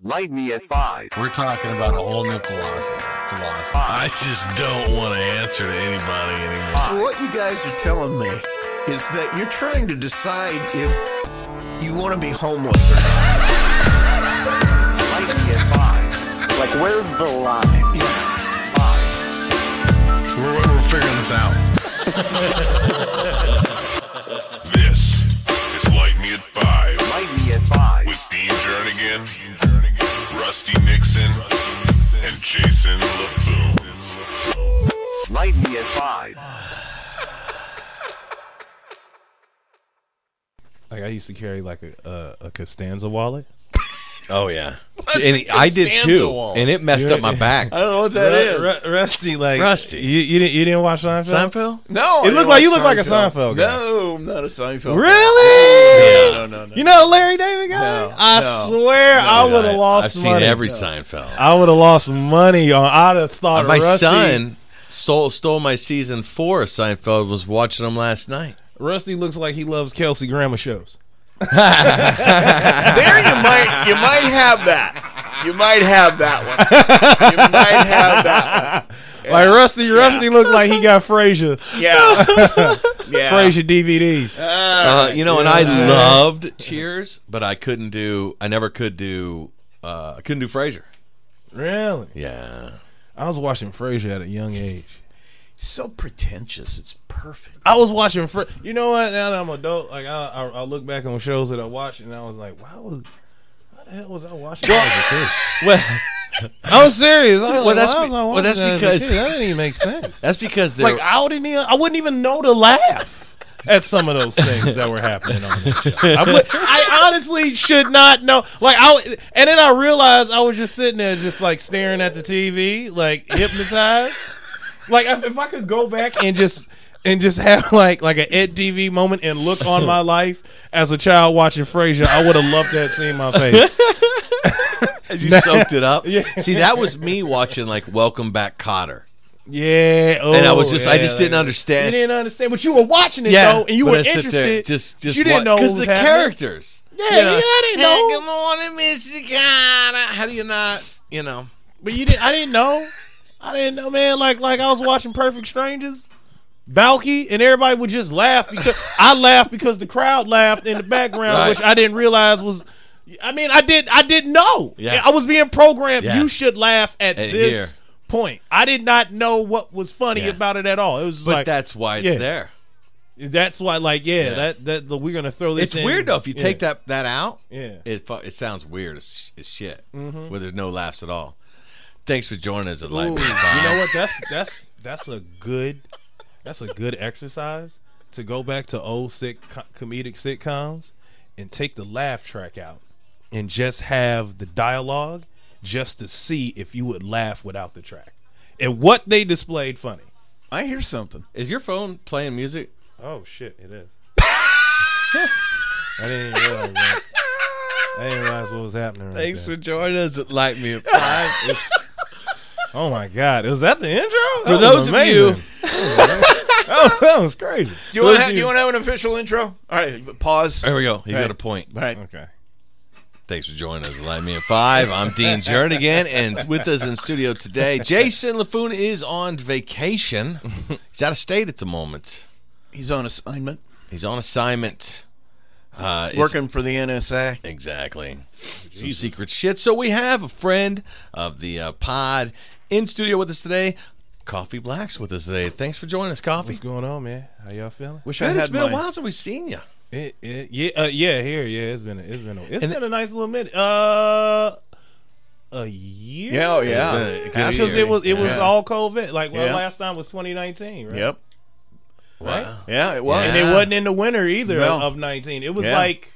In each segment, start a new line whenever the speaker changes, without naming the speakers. Light me at five.
We're talking about a whole new philosophy. philosophy.
I just don't want to answer to anybody anymore.
So what you guys are telling me is that you're trying to decide if you want to be homeless or not.
Light me at five.
Like, where's the line?
Five.
We're, we're figuring this out.
This is Light Me at 5
Light me at five.
with Dean Jernigan, Rusty Nixon, and Jason LeFou.
Light me at five.
Like I used to carry like a a, a Costanza wallet.
Oh yeah, and I did too, and it messed up my back.
I don't know what
That
that
is
is.
Rusty, like
Rusty.
You, you didn't you didn't watch Seinfeld?
Seinfeld?
No, I
It looked
don't
like- you look like a Seinfeld guy.
No, I'm not a Seinfeld. guy.
Really?
No, no, no.
You know Larry David guy?
No,
I
no.
swear I would have lost
I've
money.
seen every Seinfeld.
I would have lost money on. I'd have thought
my
Rusty,
son stole, stole my season four of Seinfeld. Was watching them last night.
Rusty looks like he loves Kelsey Grammer shows.
there you might you might have that. You might have that one. You might have that
Like Rusty, Rusty looked like he got Frasier,
one. Yeah. Yeah.
Frasier DVDs.
Uh, you know, and I loved Cheers, but I couldn't do. I never could do. Uh, I couldn't do Frasier.
Really?
Yeah,
I was watching Frasier at a young age.
So pretentious. It's perfect.
I was watching. Fra- you know what? Now that I'm adult, like I, I, I look back on shows that I watched, and I was like, why was, why the hell was I watching? Well, that as a kid? I'm serious. I
Well,
was like,
that's
why
be-
was I
well,
watching
that's
that as a
because-
kid? that didn't even make sense.
that's because they're.
like I wouldn't even, I wouldn't even know to laugh at some of those things that were happening on that show. I, would, I honestly should not know. Like I, w- and then I realized I was just sitting there, just like staring at the TV, like hypnotized. like if if I could go back and just. And just have like like an Ed TV moment and look on my life as a child watching Frasier, I would have loved to have seen my face.
you soaked it up. See, that was me watching like Welcome Back Cotter,
Yeah,
and I
oh,
was just, I
yeah,
just
like-
didn't
You
understand.
didn't understand, but you were watching it
yeah,
though, and you
but
were
I sit
interested.
there, just, just
you didn't know
because
what
the
was happening.
characters.
Yeah, yeah, I didn't
Hey, good morning, Mr.
know.
Cotter. How do you not? You know.
But you didn't. I didn't know. I didn't know, man. Like like I was watching Perfect Strangers, Balky, and everybody would just laugh because I laughed because the crowd laughed in the background,
Right.
which I didn't realize was. I mean, I did. I didn't know.
Yeah.
I was being programmed.
Yeah.
You should laugh at
At
this
here.
point. I did not know what was funny
Yeah.
about it at all. It was just
But
like
that's why it's
yeah.
there.
that's why. Like yeah,
Yeah.
that that we're gonna throw this.
It's weird though. If you take that that out,
Yeah.
it fu- it sounds weird as, as shit. Where there's no laughs at all. Thanks for joining us at Light
Ooh,
Me
you
Five.
know what? That's that's that's a good that's a good exercise to go back to old sick comedic sitcoms and take the laugh track out and just have the dialogue just to see if you would laugh without the track and what they displayed funny.
I hear something.
Is your phone playing music?
Oh shit! It is. I didn't even realize. That. I didn't realize what was happening. Right
Thanks
there.
for joining us at Light Me at Five. It's-
Oh my god! Is that the intro?
for those of you,
oh, that was crazy.
Do you want to
Those of
have, do
you-
you want to have an official intro? All right, pause. All
there we go. He's got
Right.
a point.
right.
Okay.
Thanks for joining us at Light Me at Five. I'm Dean Jernigan, and with us in studio today, Jason LaFoon is on vacation. He's out of state at the moment.
He's on assignment,
He's on assignment. Uh, it's-
working for the NSA.
Exactly. Some secret shit. So we have a friend of the uh, pod in studio with us today. Coffee Black's with us today. Thanks for joining us, Coffee.
What's going on, man? How y'all feeling?
Wish I
Man,
had
it's been
mine.
a while since we've seen you.
It, it, yeah, uh, yeah, here, yeah. It's been, a, it's been, a, it's
And-
been a nice little minute. Uh, a year.
Yeah, oh, yeah.
It's been a good
Because
year.
it was, it was
Yeah.
all COVID. Like well,
Yeah.
last time was 2019, right?
Yep.
Wow.
Yeah, it was.
And
Yeah.
it wasn't in the winter either
No.
of, of 19. It was
Yeah.
like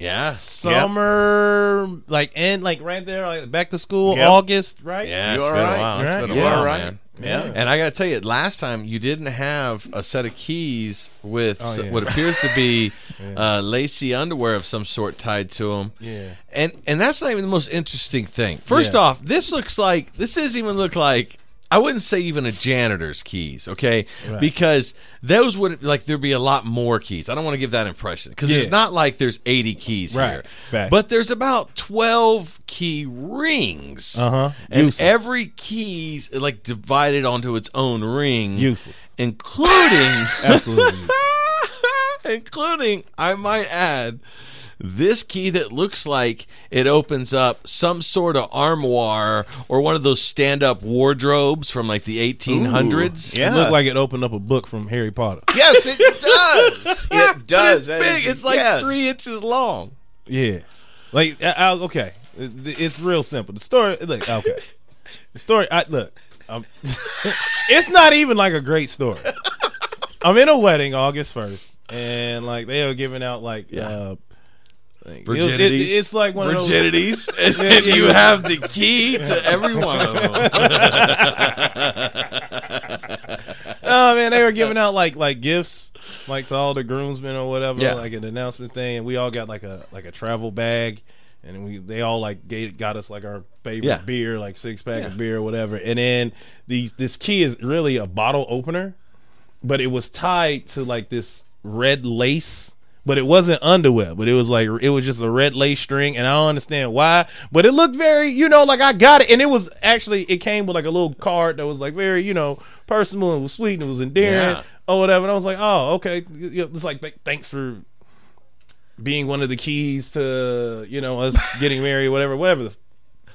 Yeah.
summer, like end, like right there, like back to school,
Yep.
August, right?
Yeah,
You
it's
all
been
right?
a while. It's
Right?
been a
You
while,
all
right?
man.
Yeah.
And I got to tell you, last time you didn't have a set of keys with
Oh, yeah.
what appears to be uh, lacy underwear of some sort tied to them.
Yeah.
And and that's not even the most interesting thing. First
Yeah.
off, this looks like this doesn't even look like I wouldn't say even a janitor's keys, okay?
Right.
Because those would like there'd be a lot more keys. I don't want to give that impression because
Yeah.
there's not like there's 80 keys
Right.
here,
Facts.
but there's about 12 key rings.
Uh-huh.
And
Useless.
every key's like divided onto its own ring.
Useless.
Including
Absolutely.
including, I might add, this key that looks like it opens up some sort of armoire or one of those stand-up wardrobes from like the 1800s.
It looked like it opened up a book from Harry Potter.
yes, it does. It
Ah, But
does.
it's
That
big.
is-
It's like
yes.
three inches long.
Yeah, like I, I, okay, It- it's real simple. The story, look, okay, the story. I look, um, it's not even like a great story. I'm in a wedding August first, and like they are giving out like uh, like, it was- it-
Virginities.
it's like one of
virginities, and
Yeah, yeah,
you
yeah.
have the key to every one of them.
those. Oh man, they were giving out like like gifts, like to all the groomsmen or whatever,
Yeah.
like an announcement thing. And we all got like a like a travel bag. And we they all like gave, got us like our favorite
Yeah.
beer, like six pack of beer or whatever. And then these this key is really a bottle opener. but it was tied to like this red lace but it wasn't underwear but it was like it was just a red lace string and i don't understand why but it looked very you know like i got it and it was actually it came with like a little card that was like very you know personal and was sweet and it was endearing
Yeah.
or whatever and i was like oh okay You know, it's like th- thanks for being one of the keys to you know us getting married whatever whatever the,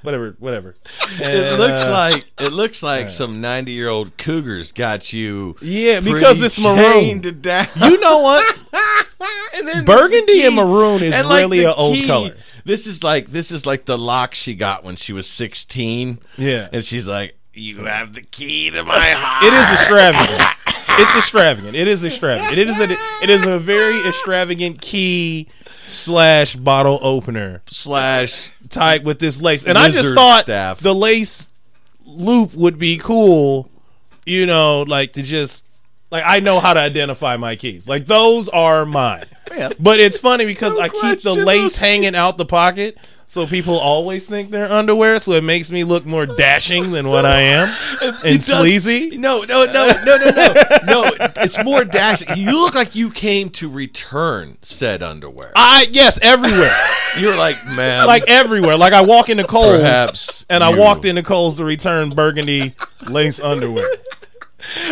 whatever whatever
It
And,
looks
uh,
like it looks like some ninety-year-old cougars got you.
yeah because
pretty
it's maroon
chained down.
you know what
and then
Burgundy
there's the
and maroon is
like,
really
the
a old color.
This is like this is like the lock she got when she was sixteen,
yeah
and she's like, "You have the key to my heart."
It is extravagant. It's extravagant. It is extravagant. It is a it is a very extravagant key slash bottle opener
slash
tied with this lace. And I just
Lizard
thought
staff.
the lace loop would be cool, you know, like to just like I know how to identify my keys. Like those are mine. But it's funny because I keep the
question,
lace hanging out the pocket. So people always think they're underwear, so it makes me look more dashing than what I am and
does-
sleazy.
No, no, no, no, no, no, no. It's more dashing. You look like you came to return said underwear.
I yes, everywhere.
You're like, man,
like everywhere. Like I walk into Coles,
Perhaps
and I
you-
walked into Coles to return burgundy lace underwear.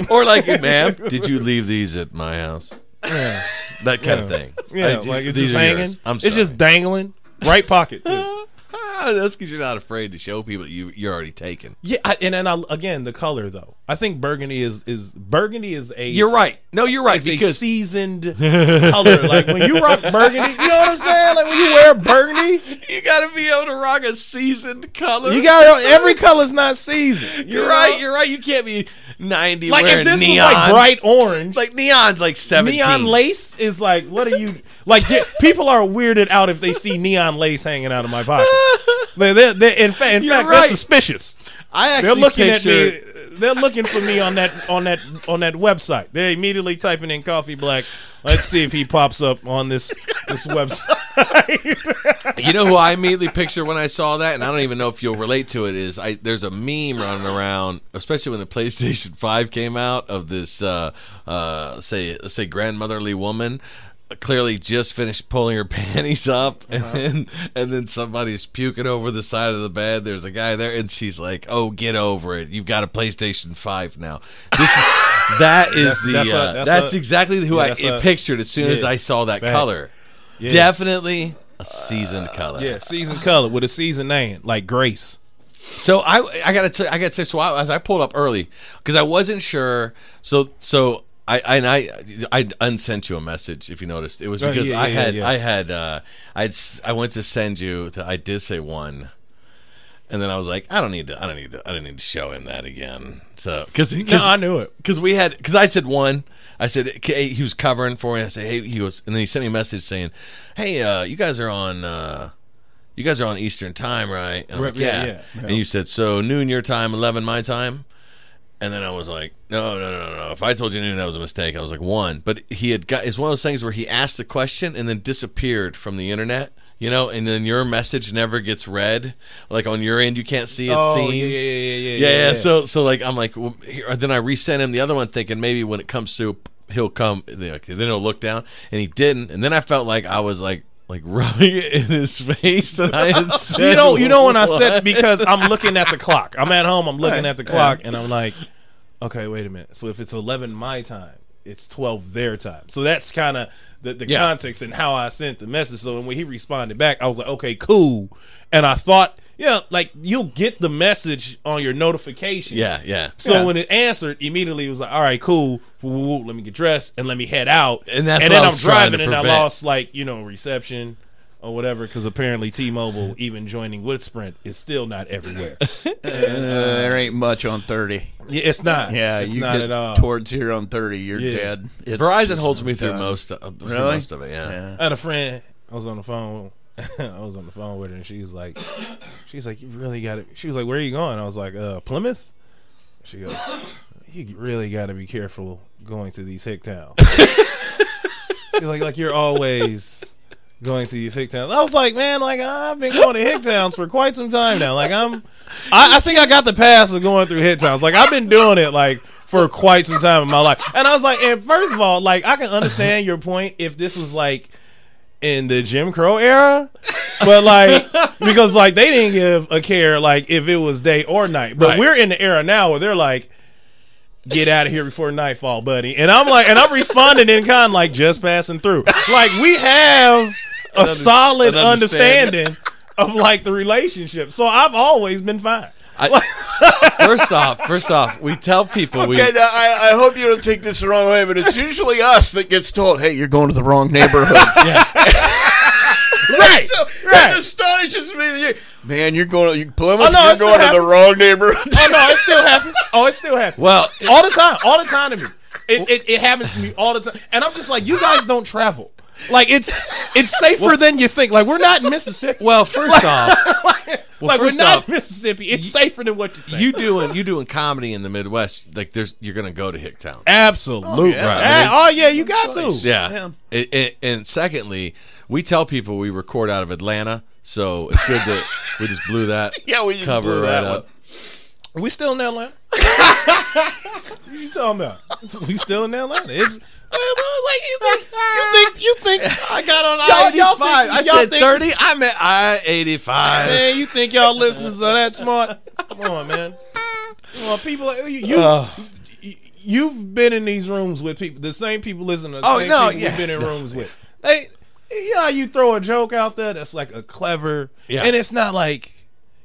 or like, ma'am, did you leave these at my house?
Yeah,
That kind
Yeah.
of thing.
yeah,
Like,
like it's
these
just
are
hanging.
yours. I'm sorry.
it's just dangling, right pocket. Too.
Ah, that's because you're not afraid to show people you you're already taken.
yeah, I, and then I, again the color though. I think burgundy is is burgundy is a
You're right. No, you're right
is a
because
seasoned color. Like when you rock burgundy, you know what I'm saying. Like when you wear burgundy,
you got to be able to rock a seasoned color.
you got every color's not seasoned.
You're
you
right.
know?
You're right. You can't be 90
like
wearing
if this
neon.
was like bright orange,
Like, neon's like 17.
Neon lace is like, what are you like? di- people are weirded out if they see neon lace hanging out of my pocket. They- they- they- in fa- in
You're
fact,
right.
they're suspicious.
I
They're
actually
looking
picture,
at me. They're looking for me on that on that on that website. They're immediately typing in coffee black. Let's see if he pops up on this this website.
You know who I immediately picture when I saw that, and I don't even know if you'll relate to it. Is I there's a meme running around, especially when the PlayStation Five came out, of this uh, uh, say let's say grandmotherly woman. uh, Clearly, just finished pulling her panties up,
Uh-huh.
and then and then somebody's puking over the side of the bed. There's a guy there, and she's like, "Oh, get over it. You've got a PlayStation Five now." This is, that is the
that's
that's,
a-
uh,
that's
that's,
a-
exactly who
yeah,
I
that's
it
a-
pictured as soon as
yeah.
I saw that
Facts.
color. Definitely a seasoned color.
yeah, season color with a season name like Grace.
So I I gotta tell I gotta tell so I, as I pulled up early because I wasn't sure. So so I I- and I I unsent you a message if you noticed it was
Oh,
because
yeah,
I
yeah,
had
yeah.
I had uh I would I went to send you that I did say one. And then I was like, I don't need to, I don't need to, I don't need to show him that again. So, because
No, I knew it.
because we had because I said one. I said okay, he was covering for me. I said hey, he goes, and then he sent me a message saying, "Hey, uh, you guys are on, uh, you guys are on Eastern time, right?" And I'm
Right,
like, yeah,
yeah, yeah, yeah.
And you said so noon your time, eleven my time. And then I was like, no, no, no, no, no. If I told you noon, that was a mistake. I was like one, but he had got. It's one of those things where he asked the question and then disappeared from the internet. You know, and then your message never gets read. Like on your end, you can't see it
Oh,
seen
yeah, yeah, yeah, yeah,
yeah, yeah. So, so like, I'm like, well, here, then I resent him the other one, thinking maybe when it comes to, he'll come. Then he'll look down, and he didn't. And then I felt like I was like, like rubbing it in his face that I had said.
you know, you know when I said
what?
because I'm looking at the clock. I'm at home. I'm looking at the clock, and I'm like, okay, wait a minute. So if it's 11 my time, it's 12 their time. So that's kind of the, the
Yeah.
context and how I sent the message. So when he responded back, I was like, okay, cool. And I thought, yeah, like you'll get the message on your notification.
Yeah, yeah.
So when it answered, immediately it was like, all right, cool. Woo, woo, woo, let me get dressed and let me head out.
And that's
and
what
then
I
I'm
was trying to
driving and I
prevent.
lost like you know reception or whatever because apparently T-Mobile, even joining with Sprint, is still not everywhere.
there ain't much on 30.
Yeah, it's not.
Yeah,
it's
you
not
get
at all.
towards here on 30, you're
Yeah.
dead. It's
Verizon
just
holds me through
done.
most of, through
Really?
most of it. Yeah.
Yeah.
I had a friend. I was on the phone. I was on the phone with her, and she's like, she's like, you really got to. She was like, where are you going? I was like, uh, Plymouth. She goes, you really got to be careful going to these hick towns. she's like, like you're always going to these hick towns. I was like, man, like I've been going to hick towns for quite some time now. Like I'm, I, I think I got the pass of going through hick towns. Like I've been doing it like for quite some time in my life. And I was like, and first of all, like I can understand your point if this was like in the Jim Crow era, but like because like they didn't give a care like if it was day or night. But
Right.
we're in the era now where they're like. Get out of here before nightfall, buddy. And I'm like, and I'm responding in kind, like just passing through. Like we have a solid
an understanding.
understanding of like the relationship. So I've always been fine.
I, first off, first off, we tell people we.
Okay, now, I, I hope you don't take this the wrong way, but it's usually us that gets told, "Hey, you're going to the wrong neighborhood."
Right.
so
Right.
it astonishes me. That you, Man, you're going, you, Plymouth,
Oh, no,
you're
it still
going to the
happens.
wrong neighborhood.
Oh no, it still happens. Oh, it still happens.
Well,
all the time, all the time to me. It, it, it happens to me all the time, and I'm just like, you guys don't travel. Like it's it's safer than you think. Like we're not in Mississippi.
well, first off,
like we're
first
not
off,
in Mississippi. It's safer than what you think.
you doing you doing comedy in the Midwest? Like, there's you're gonna go to Hicktown.
Eh, absolutely.
yeah.
Right. oh yeah, you got to.
Yeah. It, it, and secondly, we tell people we record out of Atlanta, so it's good that we just blew that
Yeah, we just
cover
blew
right
that
up.
We still in Atlanta. what you talking about? We still in Atlanta. It's like you think you think you think
I got on I
Y'all- y'all
eighty
think-
five. I
y'all
said
think-
thirty. I'm at I eighty five.
Man, you think y'all listeners are that smart? Come on, man. Come on, people. You, you,
Uh.
you've been in these rooms with people, the same people listening. To the
Oh,
same
no,
people
yeah.
you've been in rooms with. They, you know, how you throw a joke out there that's like a clever,
Yeah.
and it's not like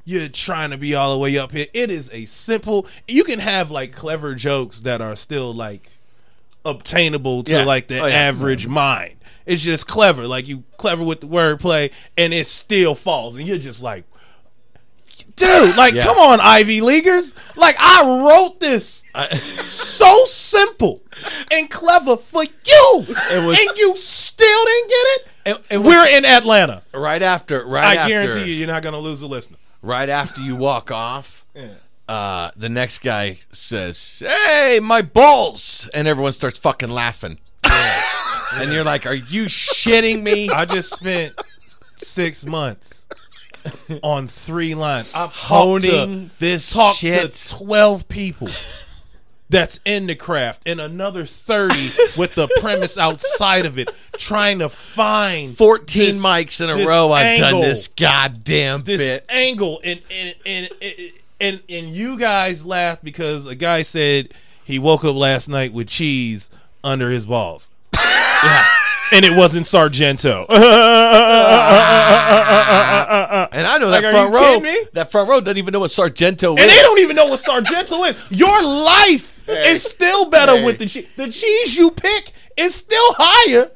you're trying to be all the way up here. It is a simple. You can have like clever jokes that are still like obtainable to
Yeah.
like the
Oh, yeah.
average mind. It's just clever, like you clever with the wordplay, and it still falls, and you're just like, dude, like
Yeah.
come on, Ivy Leaguers, like I wrote this so simple and clever for you,
It was-
and you still didn't get it.
And- and
We're in Atlanta.
Right after, right
I
after,
guarantee you, you're not gonna lose a listener.
right after you walk off. Uh, the next guy says, "Hey, my balls!" and everyone starts fucking laughing. and you're like, "Are you shitting me?"
I just spent six months on three lines. I've talked to-
Honing this
talked
shit.
to 12 people that's in the craft and another 30 with the premise outside of it trying to find
14
this-
mics in a
this
row. I've
angle,
done this goddamn
this
bit.
angle and and, and and and and you guys laughed because a guy said he woke up last night with cheese under his balls Yeah. and it wasn't sargento
And I know
Like,
that
are
front
you
row.
kidding me?
That front row doesn't even know what Sargento is.
And they don't even know what Sargento is. Your life is still better with the cheese. The cheese you pick is still higher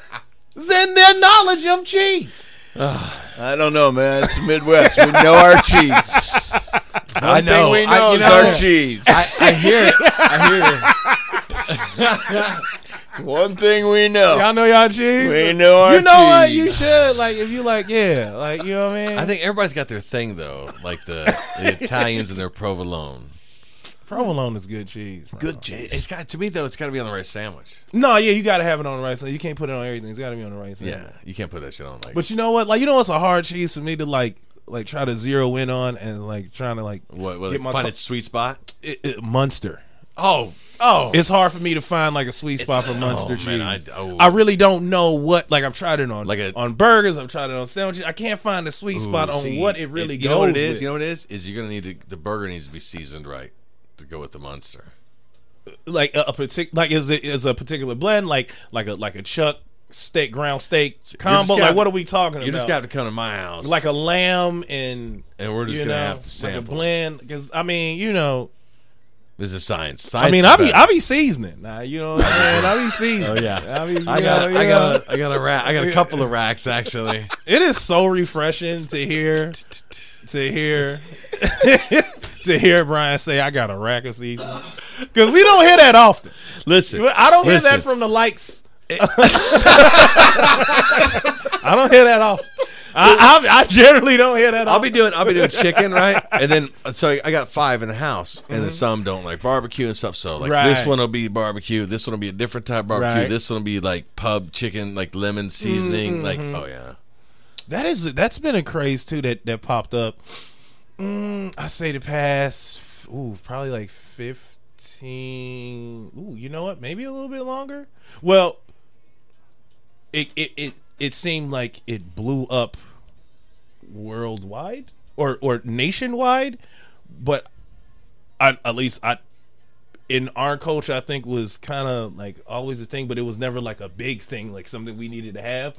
than their knowledge of cheese.
I don't know, man. It's the Midwest. we know our cheese. One
I know.
thing we
I-
know
you
is
know-
our cheese.
I, I hear it. I hear it.
It's one thing we know.
know y'all cheese.
we know our
you know what?
cheese.
You should like if you like, yeah, like you know what I mean.
I think everybody's got their thing though, like the, the Italians and their provolone.
provolone is good cheese. Good.
It's got to me though. It's got to be on the right sandwich.
No, yeah, you gotta have it on the right side. You can't put it on everything. It's gotta be on the right side.
Yeah, you can't put that shit on like
But you know what? Like you know, what's a hard cheese for me to like, like try to zero in on and like trying to like
what? what
get my
find
cu-
its sweet spot.
it, it, Munster. Oh, oh. It's hard for me to find like a sweet spot for Munster
oh,
cheese.
man, I-
I,
oh.
really don't know what like I've tried it on
Like a-
on burgers, I've tried it on sandwiches. I can't find the sweet spot
Ooh,
on
see,
what it really goes
you know what it is.
with.
You know what it is? Is you're gonna need to, the burger needs to be seasoned right to go with the monster.
like a, a partic- like is it is a particular blend like like a like a chuck steak ground steak combo
gotta-
like what are we talking
You
about?
just got to come to my house.
like a lamb and
And we're just
you
gonna
know,
have to
like a
sample.
blend because I mean you know
this is science.
I
Science is
mean I be
better.
I be seasoning now you know what I'm saying? I be seasoning
Oh, yeah.
I, be, you
I
know,
got,
you
I
know.
got, a, I got a rack. I got a couple of racks actually.
It is so refreshing to hear to hear to hear Brian say I got a rack of season because we don't hear that often.
Listen,
I don't hear
listen.
that from the likes. I don't hear that often. I, I, I generally don't hear that.
I'll
Often.
be doing I'll be doing chicken right, and then so I got five in the house, and then
Mm-hmm.
some don't like barbecue and stuff. So like this
Right.
one will be barbecue, this one will be a different type of barbecue,
Right.
this one will be like pub chicken, like lemon seasoning,
Mm-hmm.
like oh yeah,
That is that's been a craze too that that popped up. Mm, I say the past ooh probably like fifteen. Ooh, you know what? Maybe a little bit longer. Well, it it it, it seemed like it blew up worldwide or or nationwide, but I, at least I in our culture I think was kind of like always a thing, but it was never like a big thing, like something we needed to have.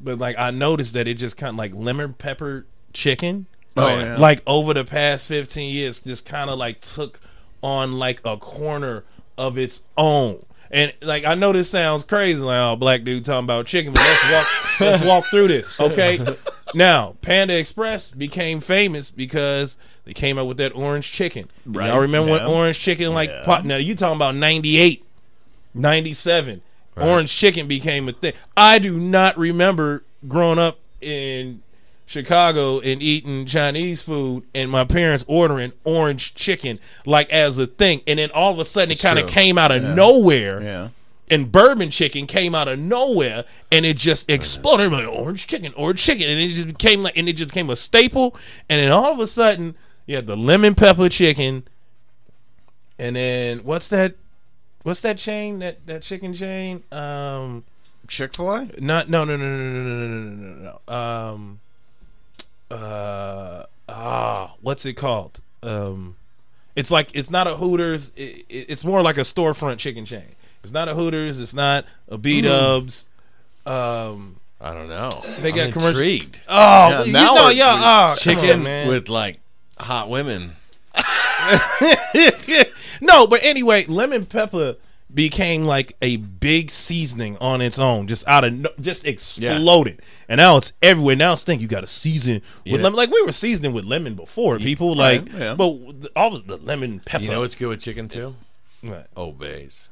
But like I noticed that it just kind of like lemon pepper chicken,
Oh, yeah.
like over the past fifteen years, just kind of like took on like a corner of its own. And like I know this sounds crazy, like oh black dude talking about chicken, but let's walk let's walk through this, okay? Now Panda Express became famous because they came out with that orange chicken. Right. Y'all remember when
Yeah.
orange chicken like
Yeah.
pop? Now you talking about 98, 97. Orange chicken became a thing. I do not remember growing up in Chicago and eating Chinese food and my parents ordering orange chicken like as a thing. And then all of a sudden it kind of
true.
came out of nowhere
Yeah.
and bourbon chicken came out of nowhere and it just exploded. Everybody, orange chicken, orange chicken, and it just became like, and it just became a staple. And then all of a sudden, you had the lemon pepper chicken, and then what's that? What's that chain? That that chicken chain? Um,
Chick Fil A.
not no no no no no no no no no no. Um, uh, ah, what's it called? Um, it's like it's not a Hooters. It, it, it's more like a storefront chicken chain. It's not a Hooters. It's not a B Dubs. Um,
I don't know.
They
I'm
got commercial-
intrigued.
oh,
Yeah,
you
now
know,
it-
yeah, oh,
chicken
chicken man.
with like hot women.
no, but anyway, lemon pepper became like a big seasoning on its own, just out of no, just exploded, and now it's everywhere. Now it's thing you got to season with lemon. Like we were seasoning with lemon before, people like,
yeah.
but the- all of the lemon pepper.
You know what's good with chicken too?
Right.
Obeys.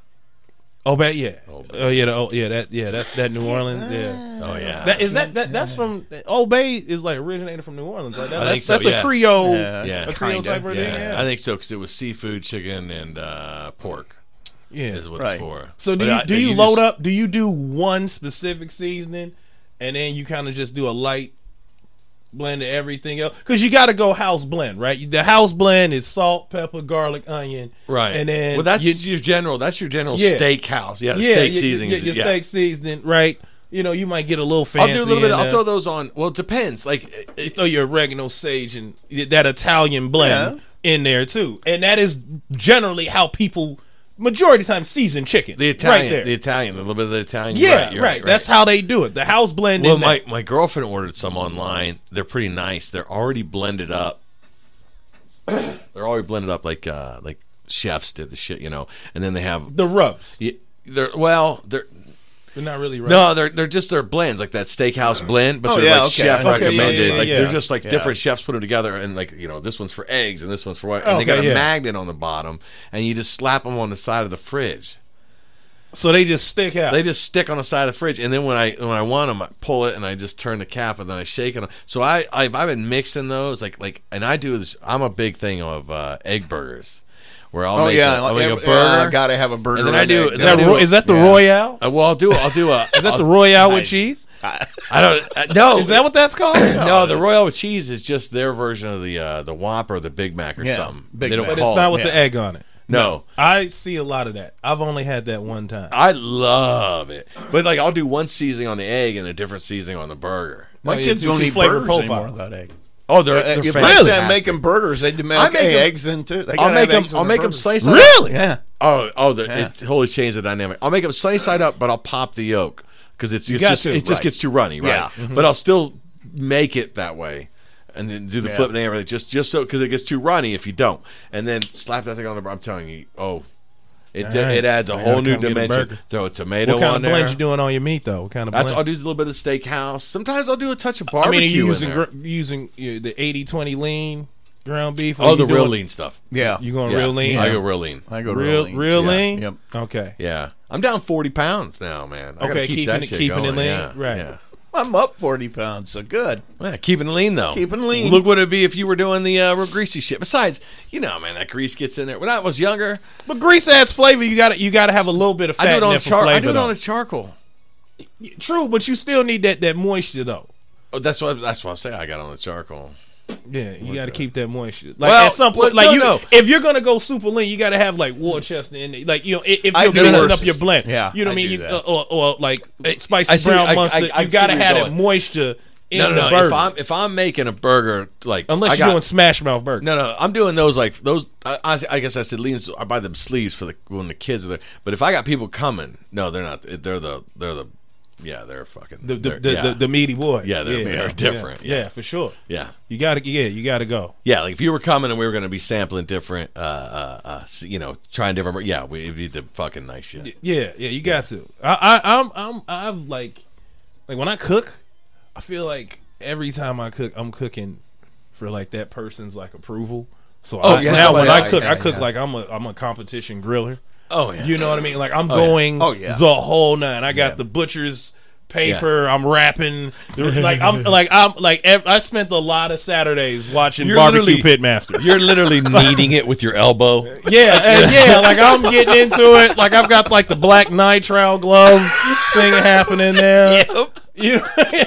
oh, but yeah, oh,
Old Bay.
yeah, the, oh, yeah, that, yeah, that's that New Orleans, yeah.
Oh yeah.
That, is that, that that's from Old Bay is like originated from New Orleans. Like that,
I
that's
think so,
that's
yeah.
a Creole,
Yeah.
yeah.
a Creole
kinda,
type of thing.
yeah.
Yeah.
I think so because it was seafood, chicken, and uh, pork
yeah.
is what
Right.
it's for.
So
But
do you,
I-
do you,
just-
load up? Do you do one specific seasoning, and then you kind of just do a light blend of everything else? Because you got to go house blend, right? The house blend is salt, pepper, garlic, onion,
Right.
And then
well, that's
you-
your general. That's your general
Yeah.
steakhouse. Yeah, the
yeah,
steak
your-
seasoning.
your,
is-
your
yeah.
steak seasoning, right? You know, you might get a little
I'll
fancy. uh,
do a little bit.
in
I'll
there.
throw those on. Well, it depends. Like, uh,
you throw your oregano, sage, and that Italian blend in there too, and that is generally how people majority of the time season chicken.
the Italian,
right there.
the Italian, a little bit of the Italian. You're
yeah,
right.
right,
you're right, you're
That's
right.
how they do it. The house blend.
Well,
in
my,
that.
my girlfriend ordered some online. They're pretty nice. They're already blended up. They're already blended up like uh like chefs did the shit, you know. And then they have
the rubs.
yeah, they're well, they're
They're not really rubs.
no, they're they're just their blends, like that steakhouse blend, but
Oh,
they're
yeah,
like
okay.
chef
Okay, yeah,
recommended.
yeah, yeah,
like
yeah.
they're just like
Yeah.
different chefs put them together, and like you know, this one's for eggs and this one's for what, and they
Okay,
got a
yeah.
magnet on the bottom, and you just slap them on the side of the fridge.
So they just stick out.
They just stick on the side of the fridge, and then when I when I want them, I pull it and I just turn the cap and then I shake it. So I I've, I've been mixing those like like, and I do this. I'm a big thing of uh, egg burgers, where I'll
Oh
make
yeah,
a, I'll
like,
make a
every- uh,
burger.
I gotta have a burger.
And then I
with
do- and
egg.
Is that,
then
ro- is that the
Yeah. Oh,
Royale?
Uh, well, I'll do I'll do a
Is that the Royale with cheese?
I don't uh, no
Is that what that's called?
no the Royal with cheese is just their version of the uh, the Whopper, the Big Mac or something.
Big
they don't
Mac.
But
call
it's not
it-
with the egg on it.
No.
I see a lot of that. I've only had that one time.
I love it. But like I'll do one seasoning on the egg and a different seasoning on the burger.
My
kids don't eat burgers anymore
without egg.
Oh, they're,
Uh, If
they're
I
fantastic.
said making burgers, they
I
demand
make 'em-
eggs in too. They
I'll
gotta
make
have
them.
eggs in
I'll
their
make them
burgers.
slice. up.
Really?
Yeah.
Oh, oh, the, it totally changed the dynamic. I'll make them sunny side up, but I'll pop the yolk because it's, it's
got
just
to,
it just
right. Mm-hmm.
gets too runny, right?
Yeah.
But I'll still make it that way, and then do the flip and everything just just so because it gets too runny if you don't, and then slap that thing on the. bur- I'm telling you, oh, it
right.
it adds a
I
whole
gotta
new
come get a
dimension.
burger.
Throw a tomato
What kind
on
of
there.
blend you doing on your meat though? What kind of
That's,
blend?
I'll do a little bit of steakhouse. Sometimes I'll do a touch of
I
barbecue.
mean, are you
in
using
there.
gr- using uh, the 80-20 lean ground beef? or
oh
you
the real
doing-
lean stuff.
Yeah.
You going
Yeah.
real lean?
I go real lean.
I go
real
lean.
real
Yeah.
lean.
Yep.
Okay.
Yeah, I'm down 40 pounds now, man. I gotta
Okay,
keep
keeping
that
it-
shit
keeping it
going,
lean,
yeah,
right.
Yeah.
I'm up 40 pounds, so good.
Yeah, keeping it lean though.
Keeping it lean.
Look what it'd be if you were doing the uh, real greasy shit. Besides, you know, man, that grease gets in there. When I was younger,
But grease adds flavor. You got to you got to have a little bit of fat
I do it
in
on
there for
char- I
flavor.
do it on
though.
a charcoal.
True, but you still need that that moisture though.
Oh, that's what that's what I'm saying. I got on the charcoal.
Yeah, you got to keep that moisture. Like
Well,
at some
well,
point, like
no,
you,
no.
if you're gonna go super lean, you got to have like Worcester in it. Like you know, i- if you're
do
mixing
that.
up your blend,
Yeah,
you know
I
what I mean.
do
You,
that.
uh, or, or like spicy
I see-
brown
I- I-
mustard,
I
you
see
got to
where you're
have that
going.
moisture in
No, no,
the burger.
no. If I'm if I'm making a burger, like
Unless
I
you're
got-
doing Smash Mouth burger.
No, no, I'm doing those like those. I, I, I guess I said leans. I buy them sleeves for the when the kids are there. But if I got people coming, no, they're not. They're the they're the yeah, they're fucking
the the,
they're-
the,
yeah.
the, the meaty boy.
Yeah, they're- they're different,
Yeah.
yeah.
for sure.
yeah.
You gotta yeah, you gotta go.
Yeah, like if you were coming and we were going to be sampling different, uh, uh, uh, s- you know, trying different. Yeah, we, it'd be the fucking nice shit.
Yeah, yeah, you got to. I, I I'm I'm I've like like when I cook, I feel like every time I cook, I'm cooking for like that person's like approval. So I,
Oh, yeah,
now when
somebody
I
else,
cook,
yeah,
I cook like I'm a I'm a competition griller.
Oh yeah,
You know what I mean? Like I'm going
Oh, yeah.
the whole nine. I got the butcher's paper. I'm rapping. Like I'm like I'm like ev- I spent a lot of Saturdays watching
You're
barbecue
literally-
pit masters.
you're literally kneading it with your elbow.
Yeah, uh, yeah. Like I'm getting into it. Like I've got like the black nitrile glove thing happening there. You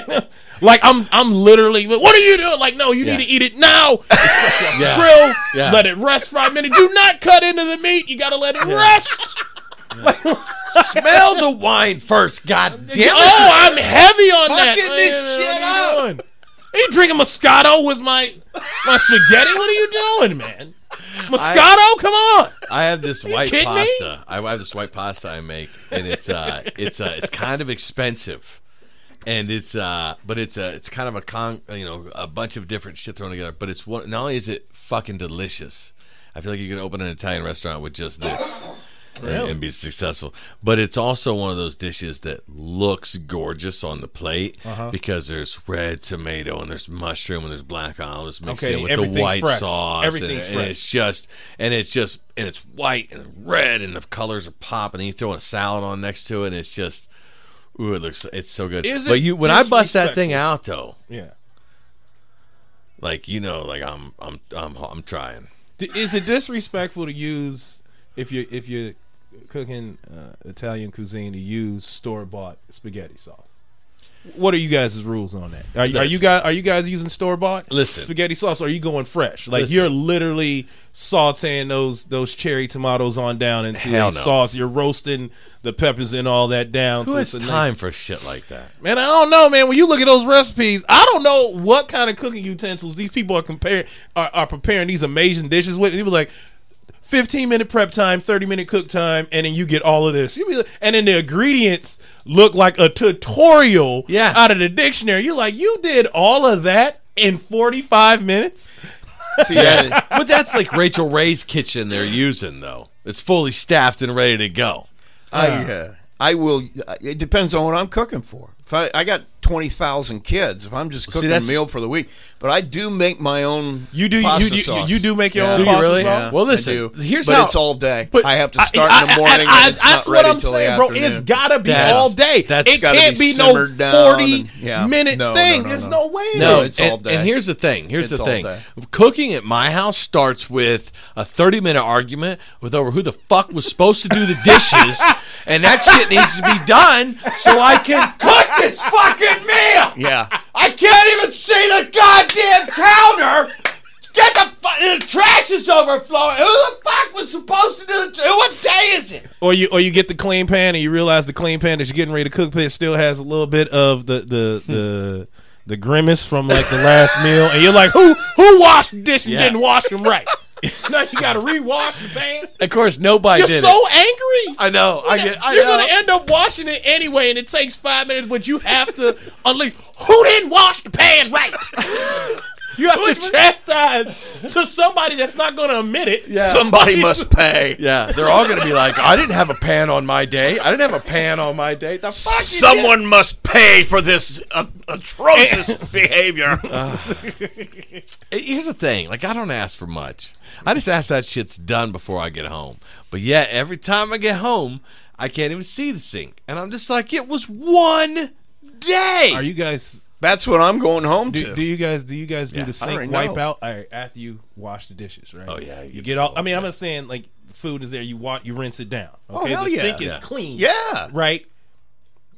know, like I'm I'm literally. What are you doing? Like no, you
Yeah.
need to eat it now.
Yeah.
Grill.
Yeah.
Let it rest five minutes. Do not cut into the meat. You gotta let it rest.
Smell the wine first, god damn it!
Oh, I'm heavy on that.
Fucking this
What are
shit
you
up.
doing? Are you drinking Moscato with my my spaghetti? What are you doing, man? Moscato, come on.
I have this white
kidding me?
pasta. I have this white pasta I make, and it's uh, it's uh, it's kind of expensive, and it's uh, but it's uh, it's kind of a con, you know, a bunch of different shit thrown together. But it's one. Not only is it fucking delicious, I feel like you could open an Italian restaurant with just this. and- And, be successful, but it's also one of those dishes that looks gorgeous on the plate
Uh-huh.
because there's red tomato and there's mushroom and there's black olives mixed
Okay,
in with the
everything's
white
fresh.
sauce. and-
Everything's
and
fresh.
it's just and it's just and it's white and red and the colors are pop and then you throw a salad on next to it and it's just ooh it looks it's so good.
Is it
but you when I
just
bust that thing out though,
Yeah.
like you know, like I'm I'm I'm I'm trying.
D- is it disrespectful to use if you if you're cooking uh, Italian cuisine to use store bought spaghetti sauce? What are you guys' rules on that? Are, are you
Listen.
guys are you guys using store bought
Listen.
spaghetti sauce? Or are you going fresh? Like
Listen.
you're literally sautéing those those cherry tomatoes on down into
Hell
the
no.
sauce. You're roasting the peppers and all that down.
Who
so
has
it's a nice-
time for shit like that?
Man, I don't know, man. When you look at those recipes, I don't know what kind of cooking utensils these people are comparing are, are preparing these amazing dishes with. And you be like, fifteen minute prep time, thirty minute cook time, and then you get all of this. You be like, and then the ingredients look like a tutorial
Yeah.
out of the dictionary. You're like, you did all of that in forty five minutes.
See, yeah.
but that's like Rachel Ray's kitchen they're using though. It's fully staffed and ready to go.
I, uh, I will. It depends on what I'm cooking for. If I, I got twenty thousand kids, if I'm just cooking a
that's-
meal for the week, but I do make my own.
You do- you-
pasta
you- you-
sauce.
you do make your own
Do you
pasta
really?
sauce?
Well,
I
listen.
do.
Here's
but
how
it's all day.
but
I have to start in the morning.
I, I,
and it's
I-
not
that's what
ready
I'm
till the
saying, bro. It's
afternoon.
gotta be
That's-
all day.
that's
it
gotta
can't
be
be, no
simmered down
forty
and- yeah.
minute
No, no,
thing.
no,
There's
no.
no way.
No,
in it.
it's
and,
all day.
And here's the thing. Here's
It's
the
all
thing.
day.
Cooking at my house starts with a 30 minute argument with over who the fuck was supposed to do the dishes, and that shit needs to be done so I can cook this fucking meal.
Yeah.
I can't even see the goddamn counter. Get the, fu- the trash is overflowing. Who the fuck was
supposed to do it too. What day is it?
Or you or you get the clean pan and you realize the clean pan that you're getting ready to cook pit still has a little bit of the the the the grimace from like the last meal and you're like, who who washed the dish and
Yeah.
didn't wash them right? now you gotta rewash the pan.
Of course, nobody
You're
did
so
it.
angry.
I know. I get. I
You're
know.
gonna end up washing it anyway, and it takes five minutes. But you have to unleash. Who didn't wash the pan right? You have to chastise to somebody that's not gonna admit it.
Somebody must pay.
yeah.
They're all gonna be like, I didn't have a pan on my day. I didn't have a pan on my day. The fuck you did?
Someone
must pay for this atrocious behavior.
Uh, Here's the thing. Like, I don't ask for much. I just ask that shit's done before I get home. But yet, every time I get home, I can't even see the sink, and I'm just like, it was one day.
Are you guys?
That's what I'm going home
Do,
to.
do you guys? Do you guys do the sink
already know.
wipeout all right, after you wash the dishes? Right.
Oh, yeah, you
You, get all. I mean, I'm not saying like food is there. You want you rinse it down.
Oh,
Okay.
hell
the
yeah.
sink is
Yeah.
clean.
yeah.
Right.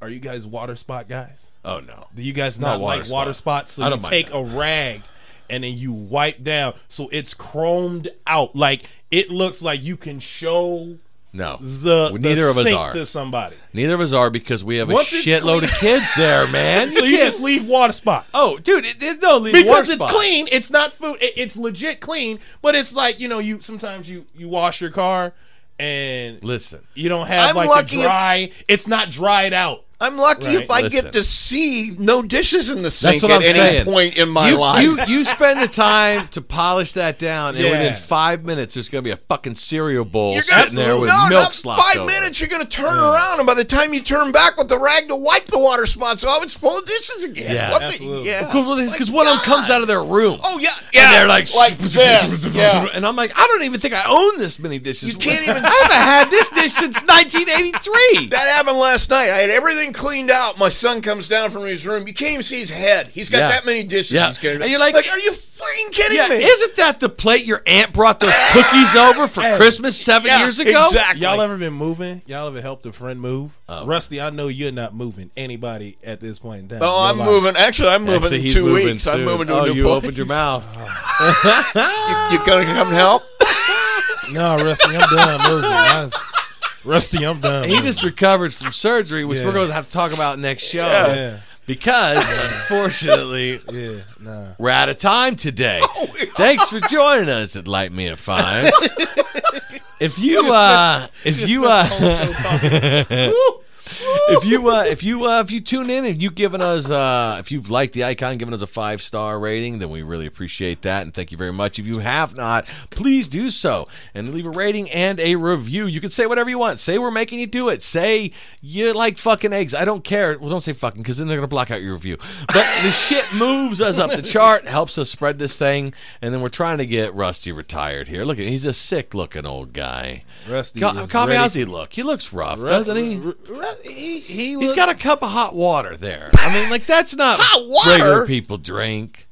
Are you guys water spot guys?
oh no.
Do you guys not,
water
like water
spot.
spots? So
I
you
don't mind
take
that.
a rag and then you wipe down so it's chromed out. Like it looks like you can show
No.
the,
Well,
the
neither of us
sink
are.
to somebody.
Neither of us are because we have a
Once it's
shitload of kids there, man.
So you just leave water spot.
Oh, dude, it, it, no, leave water
Because it's
spot.
clean, it's not food. It, it's legit clean, but it's like you know, you sometimes you you wash your car and
Listen,
you don't have
I'm
like
lucky
the
if-
dry. It's not dried out.
I'm lucky if I
Right.
get
Listen.
to see no dishes in the
that's
sink
what
at
I'm
any
saying.
point in my
you,
life.
you you spend the time to polish that down, and
Yeah.
within five minutes, there's gonna be a fucking cereal bowl
You're
sitting there with
no,
milk
not
slopped
Five
over it.
minutes, you're going to turn around, and by the time you turn back with the rag to wipe the water spots off, it's full of dishes again.
Yeah,
What the-
absolutely.
yeah.
Because one of them comes out of their room.
Oh yeah, yeah.
And they're like,
like this. yeah.
and I'm like, I don't even think I own this many dishes.
You can't even-
I haven't had this dish since 1983.
That happened last night. I had everything cleaned out. My son comes down from his room. You can't even see his head. He's got
Yeah.
that many dishes.
Yeah.
He's carrying.
And you're like-
are you fucking kidding
yeah,
me?
isn't that the plate your aunt brought those cookies over for Christmas seven
Yeah,
years ago?
Exactly.
Y'all ever been moving? Y'all ever helped a friend move? Rusty, I know you're not moving anybody at this point in time.
Oh,
You're
I'm
like-
moving. Actually, I'm moving
Actually,
in
he's
two
moving
weeks. I'm
soon.
moving to
oh,
a new
you
place.
opened your mouth.
You gonna come help?
No, Rusty, I'm done moving. I was- Rusty, I'm done.
He just recovered from surgery, which
Yeah.
we're going to have to talk about next show.
Yeah.
Because, unfortunately,
yeah, nah.
we're out of time today. Thanks for joining us at Light Me at Five. if you, uh, if you, uh, if you uh, if you uh, if you tune in and you've given us uh, if you've liked the icon, given us a five star rating, then we really appreciate that and thank you very much. If you have not, please do so and leave a rating and a review. You can say whatever you want. Say we're making you do it. Say you like fucking eggs. I don't care. Well, don't say fucking because then they're gonna block out your review. But the shit moves us up the chart, helps us spread this thing, and then we're trying to get Rusty retired here. Look at he's a sick looking old guy.
Rusty
Co-
is
Cobb,
ready-
how's he look? He looks rough, doesn't he?
he, he
He's
look-
got a cup of hot water there. I mean, like that's not
Hot water?
regular people drink.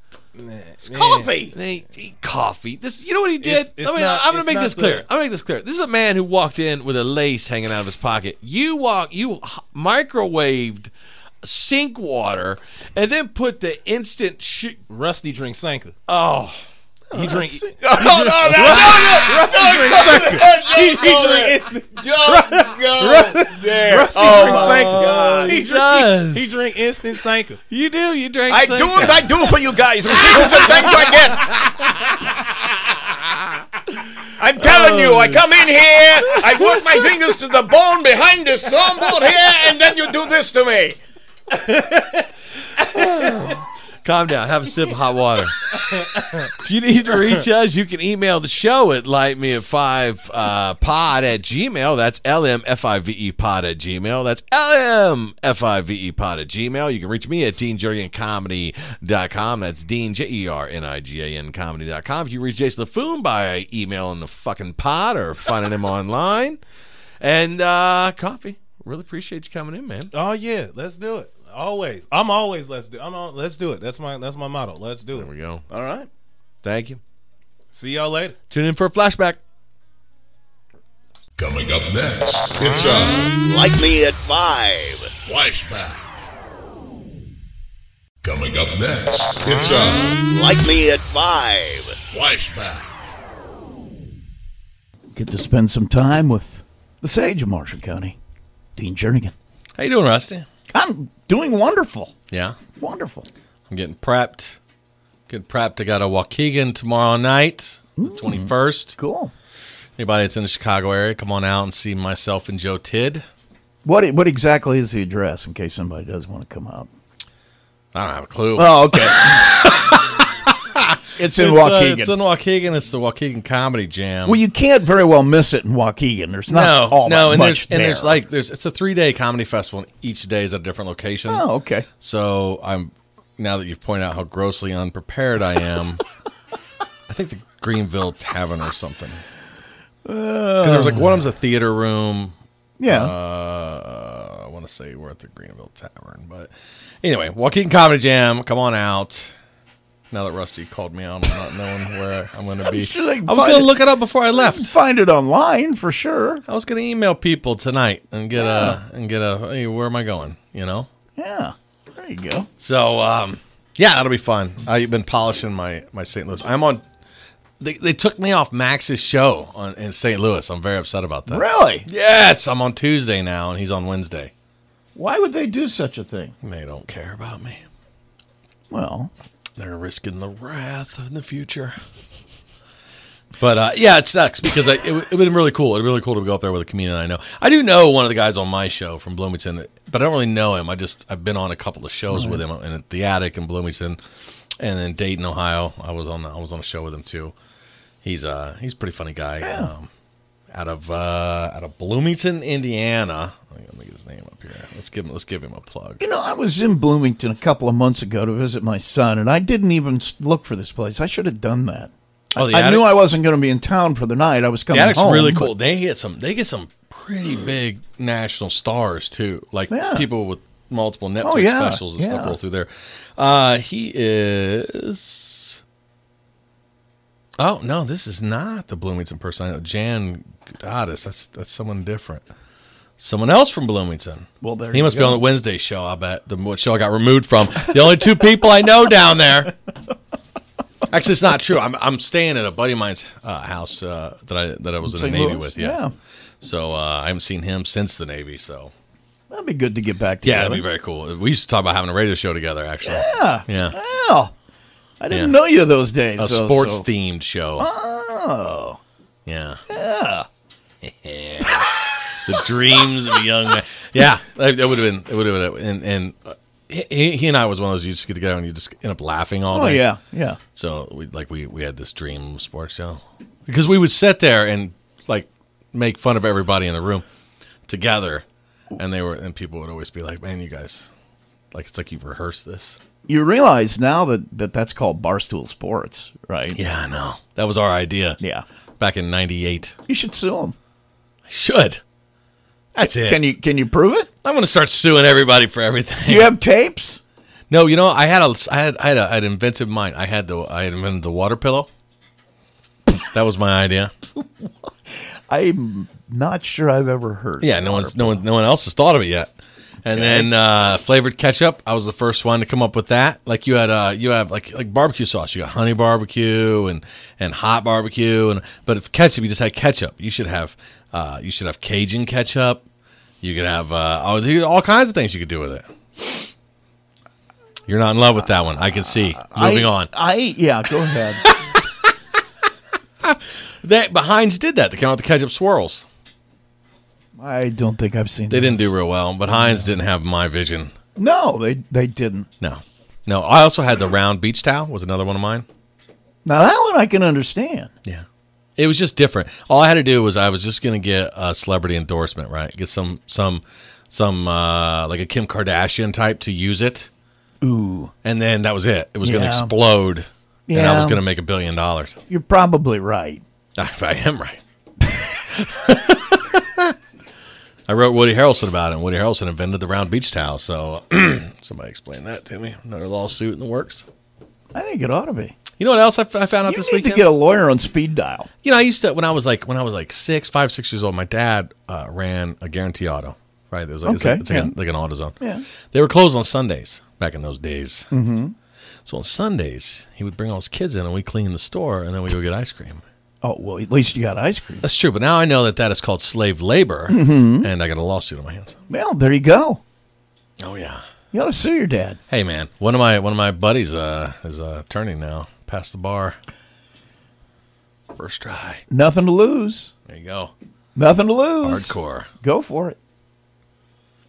Coffee.
They eat coffee. This, you know what he did?
It's- it's
I mean,
not-
I'm gonna
it's
make
not
this clear.
the-
I'm gonna make this clear. This is a man who walked in with a lace hanging out of his pocket. You walk, you h- microwaved sink water, and then put the instant. Sh-
Rusty drinks Sanka.
oh,
He drinks.
No, no, no, no, no.
Rusty drinks Sanka. He, he drinks instant.
Don't go there. Oh,
Rusty drinks Sanka.
he
he,
does.
drink, he, he drink instant Sanka.
you do. You drink.
I do
Sanka.
it. I do it for you guys. And this is the thanks I get. I'm telling you,
Oh.
I come in here, I work my fingers to the bone behind this thumbboard here, and then you do this to me.
Calm down. Have a sip of hot water. if you need to reach us, you can email the show at lightme at five uh, pod at gmail. That's lmfive E pod at gmail. That's lmfive E pod at gmail. You can reach me at deanjernigancomedy.com. That's dean, J E R N I G A N comedy.com. You can reach Jason LaFoon by emailing the fucking pod or finding him online. And uh, coffee. Really appreciate you coming in, man.
Oh yeah, let's do it. Always, I'm always let's do. I'm on. Let's do it. That's my that's my motto. Let's do
There we
it.
go.
All right.
Thank you.
See y'all later.
Tune in for a flashback.
Coming up next, it's a
Like me at five.
uh, flashback. Coming up next, it's
uh,
a
Like me at five.
flashback.
get to spend some time with the sage of Marshall County, Dean Jernigan.
How you doing, Rusty?
I'm doing wonderful.
Yeah,
Wonderful.
I'm getting prepped. Getting prepped. I got a Waukegan tomorrow night, the twenty first.
Cool.
Anybody that's in the Chicago area, come on out and see myself and Joe Tidd.
What what exactly is the address in case somebody does want to come out?
I don't have a clue.
Oh, okay. it's in
It's, uh,
Waukegan.
it's in Waukegan. It's the Waukegan Comedy Jam.
well, you can't very well miss it in Waukegan. There's
no,
not all
no,
that
and
much
there's and there's
there.
like there's it's a three day comedy festival. and Each day is at a different location.
oh, okay.
So I'm now that you've pointed out how grossly unprepared I am. I think the Greenville Tavern or something. 'Cause there was like one of them's a theater room.
Yeah.
Uh, I want to say we're at the Greenville Tavern, but anyway, Waukegan Comedy Jam, come on out. Now that Rusty called me out, on not knowing where I'm going to be,
sure they can
I was
find
going to
it.
look it up before I left.
Find it online for sure.
I was gonna email people tonight and get a and get a hey, where am I going? You know.
Yeah. There you go.
So um, yeah, that'll be fun. I've been polishing my my St. Louis. I'm on. They, they took me off Max's show on, in St. Louis. I'm very upset about that.
Really?
Yes, I'm on Tuesday now, and he's on Wednesday.
Why would they do such a thing?
And They don't care about me.
Well,
They're risking the wrath in the future. But uh, yeah, it sucks because I, it, w- it would have been really cool. It'd been really cool to go up there with a comedian I know. I do know one of the guys on my show from Bloomington, but I don't really know him. I just I've been on a couple of shows with him in the attic in Bloomington, and then Dayton, Ohio. I was on I was on a show with him too. He's uh he's a pretty funny guy. Um, out of uh, out of Bloomington, Indiana. Let me get his name up here. Let's give him let's give him a plug.
you know, I was in Bloomington a couple of months ago to visit my son, and I didn't even s- look for this place. I should have done that.
Oh, the
I
attic?
knew I wasn't going to be in town for the night. I was coming
The Attic's
home.
really
but- Mm.
cool. They get some. They get some pretty big national stars too, like
Yeah.
people with multiple Netflix
Oh, yeah.
specials and stuff
Yeah.
roll through there. Uh, he is. Oh no, this is not the Bloomington person. I know Jan Goddess. That's that's someone different. Someone else from Bloomington.
Well, there
he
you
must be
go.
on the Wednesday show. I bet the what show I got removed from. The only two people I know down there. Actually, it's not true. I'm, I'm staying at a buddy of mine's uh, house uh, that I that I was in the
St.
Navy
Louis?
with. Yeah.
Yeah.
So uh, I haven't seen him since the Navy. So
That'd be good to get back
yeah,
together.
that'd be very cool. We used to talk about having a radio show together. Actually.
Yeah.
Yeah.
Well, I didn't
Yeah.
know you those days.
A
so-
sports
so-
themed show.
Oh.
Yeah. Yeah. the dreams of a young man. Yeah, that, that would have been. It would have been. And and uh, he, he and I was one of those you just get together and you just end up laughing all
Oh,
day.
yeah. Yeah.
So we like we we had this dream sports show because we would sit there and like make fun of everybody in the room together, and they were and people would always be like, "Man, you guys, like it's like you rehearsed this."
You realize now that, that that's called Barstool Sports, right?
Yeah, I know. That was our idea.
Yeah.
Back in '98,
You should sue them.
should. That's it.
Can you can you prove it?
I'm gonna start suing everybody for everything.
Do you have tapes?
No, you know, I had a, I had, I had, a, I had invented mine. I had the, I had invented the water pillow. That was my idea.
I'm not sure I've ever heard.
Yeah, no one's, no one, no one else has thought of it yet. And then uh, flavored ketchup. I was the first one to come up with that. Like you had, uh, you have like like barbecue sauce. You got honey barbecue and and hot barbecue. And but if ketchup, you just had ketchup. You should have, uh, you should have Cajun ketchup. You could have uh, all, all kinds of things you could do with it. You're not in love with that one. I can see. Moving
I,
on.
I yeah, go ahead.
That behind did that. They came out with the ketchup swirls.
I don't think I've seen.
They didn't do
those.
real well, but Heinz didn't have my vision.
No, they they didn't.
No, no. I also had the round beach towel. Was another one of mine.
Now that one I can understand.
Yeah, it was just different. All I had to do was I was just gonna get a celebrity endorsement, right? Get some some some uh, like a Kim Kardashian type to use it,
Ooh,
and then that was it. It was gonna
Yeah.
explode, and I was
Yeah.
gonna make a billion dollars.
you're probably right.
If I am right. I wrote Woody Harrelson about it, and Woody Harrelson invented the round beach towel. So somebody explain that to me. Another lawsuit in the works.
I think it ought to be.
You know what else I, f- I found out
You
this
need
weekend?
to get a lawyer on speed dial.
you know, I used to when I was like when I was like six, five, six years old. My dad uh, ran a guarantee auto. Right, it was like, it's
Okay,
like, it's like,
yeah.
an, like an AutoZone.
Yeah.
they were closed on Sundays back in those days. Mm-hmm. So on Sundays, he would bring all his kids in, and we clean the store, and then we go get ice cream.
Oh well, at least you got ice cream.
That's true, but now I know that that is called slave labor,
Mm-hmm.
and I got a lawsuit on my hands.
Well, there you go.
Oh yeah.
You ought to sue your dad.
Hey man, one of my one of my buddies uh, is uh, turning now, past the bar. First try.
Nothing to lose.
There you go.
Nothing to lose.
Hardcore.
Go for it.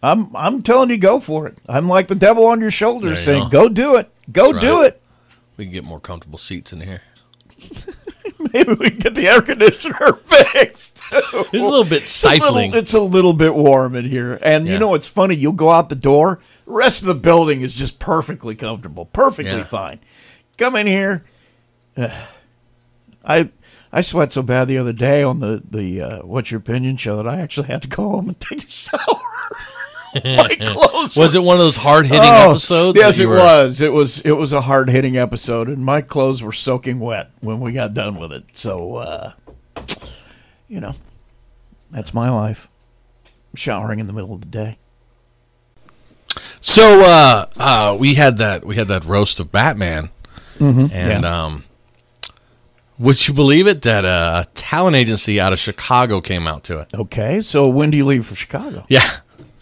I'm I'm telling you, go for it. I'm like the devil on your shoulder
There you
saying,
go.
go. do it. Go
That's
do
right.
it.
We can get more comfortable seats in here.
Maybe we can get the air conditioner fixed. too.
It's a little bit
It's a little-
stifling.
It's a little bit warm in here. And
Yeah.
you know what's funny? You'll go out the door, rest of the building is just perfectly comfortable, perfectly
Yeah.
fine. Come in here. Ugh. I I sweat so bad the other day on the the uh, What's Your Opinion show that I actually had to go home and take a shower. My clothes
Was
were
it one of those hard hitting
Oh,
episodes?
Yes,
that
it
you were-
was. It was it was a hard hitting episode, and my clothes were soaking wet when we got done with it. So, uh, you know, that's my life. Showering in the middle of the day.
So uh, uh, we had that we had that roast of Batman,
Mm-hmm.
and um, would you believe it that uh, a talent agency out of Chicago came out to it?
Okay, so when do you leave for Chicago?
Yeah,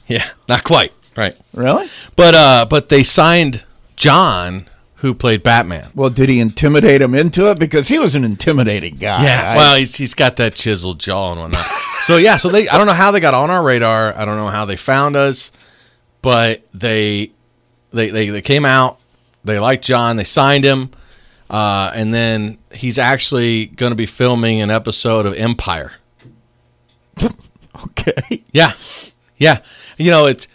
yeah, not quite right,
Really?
but uh, but they signed John, who played Batman.
Well, did he intimidate him into it because he was an intimidating guy?
Yeah,
I-
well, he's he's got that chiseled jaw and whatnot. so yeah, so they I don't know how they got on our radar. I don't know how they found us, but they they they, they came out. They liked John. They signed him, uh, and then he's actually going to be filming an episode of Empire.
okay.
Yeah, yeah. You know it's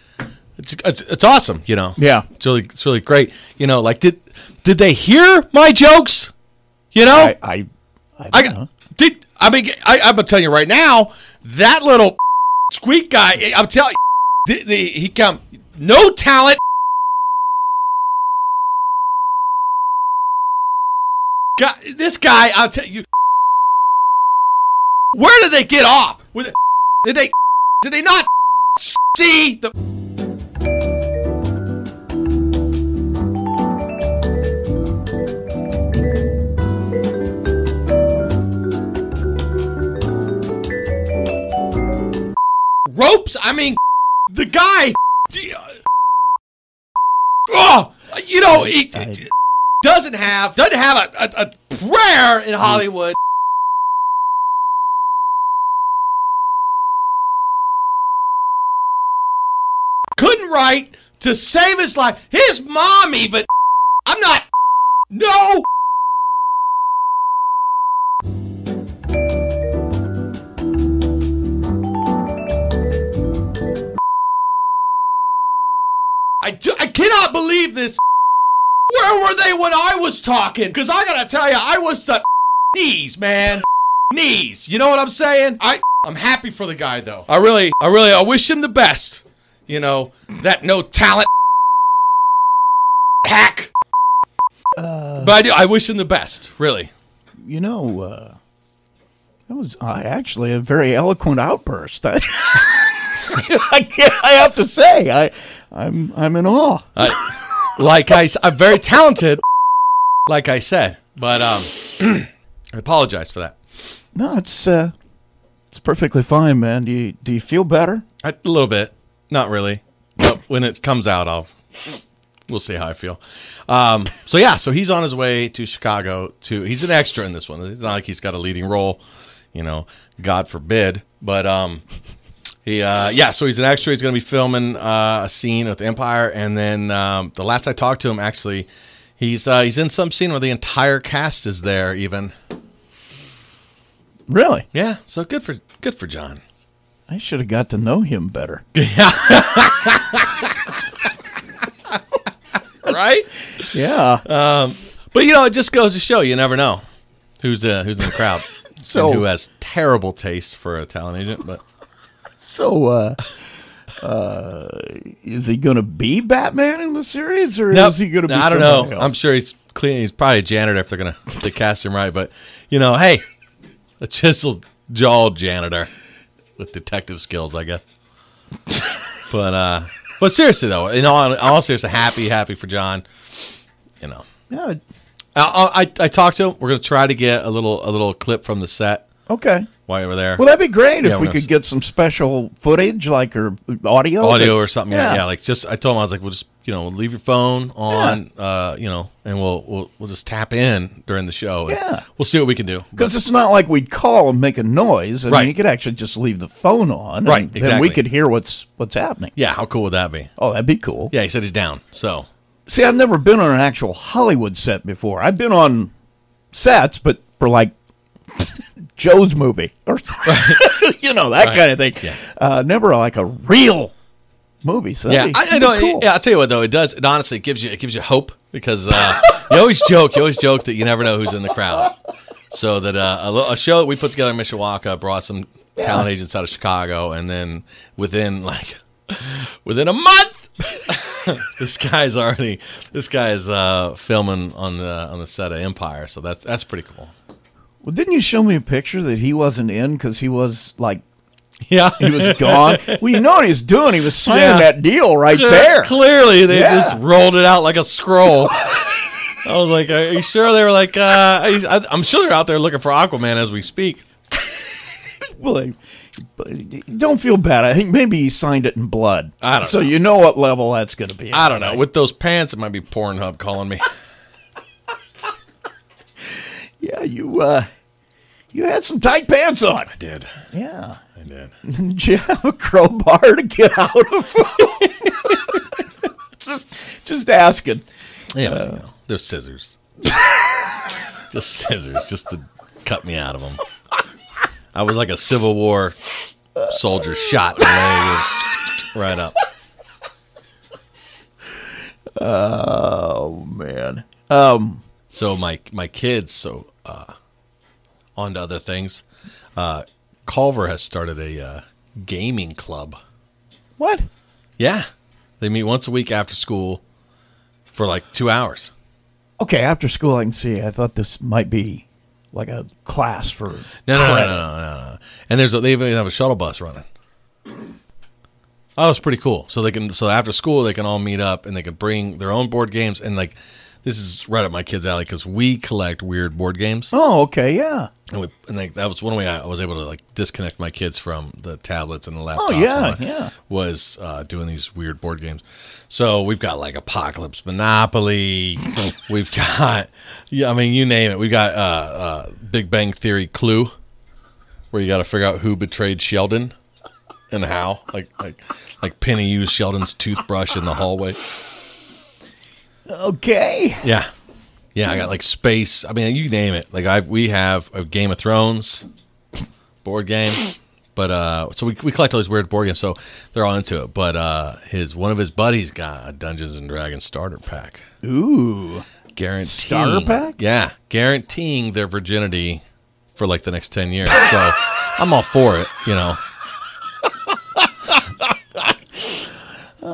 it's it's, it's awesome. You know.
Yeah.
It's really it's really great. You know, like did did they hear my jokes? You know.
I, I, I,
I
don't
got,
know.
did, I mean, I, I'm gonna tell you right now, that little squeak guy. eh, I'm telling you, the, the, he come no talent. Guy, this guy, I'll tell you. Where did they get off? With it? did they? Did they not see the? ropes. I mean, the guy. Oh, you know, he
I-
doesn't have doesn't have a, a, a prayer in Hollywood. Couldn't write to save his life. His mom even. I'm not. No. I, do, I cannot believe this. Where were they when I was talking? Because I gotta tell you, I was the knees, man. Knees. You know what I'm saying? I, I'm happy for the guy, though. I really, I really, I wish him the best. You know, that no talent hack. but I do, I wish him the best, really.
you know, uh, that was uh, actually a very eloquent outburst. I, I, can't, I have to say, I, I'm, I'm in awe.
like I, am very talented, like I said. But um, I apologize for that.
No, it's, uh, it's perfectly fine, man. Do you, do you feel better?
A little bit, not really. But when it comes out, I'll we'll see how I feel. Um, so yeah, so he's on his way to Chicago. To he's an extra in this one. It's not like he's got a leading role, you know. God forbid. But um, he uh, yeah, so he's an extra. He's going to be filming uh, a scene with Empire, and then um, the last I talked to him, actually, he's uh, he's in some scene where the entire cast is there. Even
Really?
yeah, so good for good for John.
I should have got to know him better.
Right.
Yeah.
But you know, it just goes to show you never know who's uh, who's in the crowd.
So-
and who has terrible taste for a talent agent, but
so, uh, uh, is he going to be Batman in the series, or
Nope.
is he going to be?
I don't know.
somebody
I'm
Else?
sure he's clean. He's probably a janitor if they're gonna if they cast him right. But you know, hey, a chiseled jawed janitor with detective skills, I guess. but uh, but seriously though, in all, in all seriousness, happy happy for John. You know,
Yeah,
I, I, I talked to him. We're gonna try to get a little a little clip from the set
Okay.
while you were there.
Well, that'd be great
Yeah,
if we
we're
could
gonna-
get some special footage, like or audio,
audio
that-
or something. Yeah. yeah, Oh, Like just I told him I was like, we'll just you know leave your phone on, uh, you know, and we'll we'll we'll just tap in during the show. and
Yeah.
we'll see what we can do. But-
Because it's not like we'd call and make a noise. I
Right.
mean, you could actually just leave the phone on. and
Right,
Then we
exactly.
could hear what's what's happening.
yeah, how cool would that be?
Oh, that'd be cool.
Yeah, he said he's down. So
See, I've never been on an actual Hollywood set before. I've been on sets, but for like Joe's movie or you know that kind of thing. Uh, never like a real movie. So
yeah,
that'd be-
I, I
that'd be
know.
cool.
Yeah, I'll tell you what though, it does. It honestly gives you it gives you hope because uh, you always joke you always joke that you never know who's in the crowd. So that uh, a, li- a show that we put together in Mishawaka brought some talent agents out of Chicago, and then within like within a month. this guy's already this guy's uh, filming on the on the set of Empire, so that's that's pretty cool.
Well, didn't you show me a picture that he wasn't in because he was like
Yeah,
he was gone? well, you know what he was doing. He was signing
Yeah.
that deal right there.
Clearly, they
Yeah.
just rolled it out like a scroll. I was like, "Are you sure?" They were like, uh, are you- I- "I'm sure they're out there looking for Aquaman as we speak."
Well, I- but don't feel bad. I think maybe he signed it in blood.
I don't
so
know.
you know what level that's going to be.
I don't know. With those pants, it might be Pornhub calling me.
Yeah, you uh, you had some tight pants on.
I did.
Yeah.
I did.
Did you have a crowbar to get out of? just, just asking.
Yeah, but, you know, they're Uh, scissors. just scissors, just to cut me out of them. I was like a Civil War soldier shot in the leg, just right up. Oh,
Man,
Um, So my my kids, so uh, on to other things. Uh, Culver has started a uh, gaming club.
what?
Yeah, they meet once a week after school for like two hours.
Okay, after school I can see. I thought this might be like a class for.
No, no, no, no, no, no, no. And there's a, they even have a shuttle bus running. Oh, it's pretty cool. So they can so after school they can all meet up and they can bring their own board games and like this is right up my kids' alley because we collect weird board games.
Oh, okay, yeah.
And, we, and like, that was one way I was able to like disconnect my kids from the tablets and the laptops.
Oh, yeah,
and all that,
yeah.
Was uh, doing these weird board games. So we've got like Apocalypse Monopoly. we've got, yeah, I mean, you name it. We've got uh, uh, Big Bang Theory Clue, where you got to figure out who betrayed Sheldon and how. Like, like, like Penny used Sheldon's toothbrush in the hallway.
Okay.
Yeah. Yeah, I got like space. I mean, you name it. Like I have we have a Game of Thrones board game. But uh so we we collect all these weird board games, so they're all into it. But uh his one of his buddies got a Dungeons and Dragons starter pack.
Ooh.
Guaranteeing
Starter pack?
Yeah. Guaranteeing their virginity for like the next ten years. So I'm all for it, you know.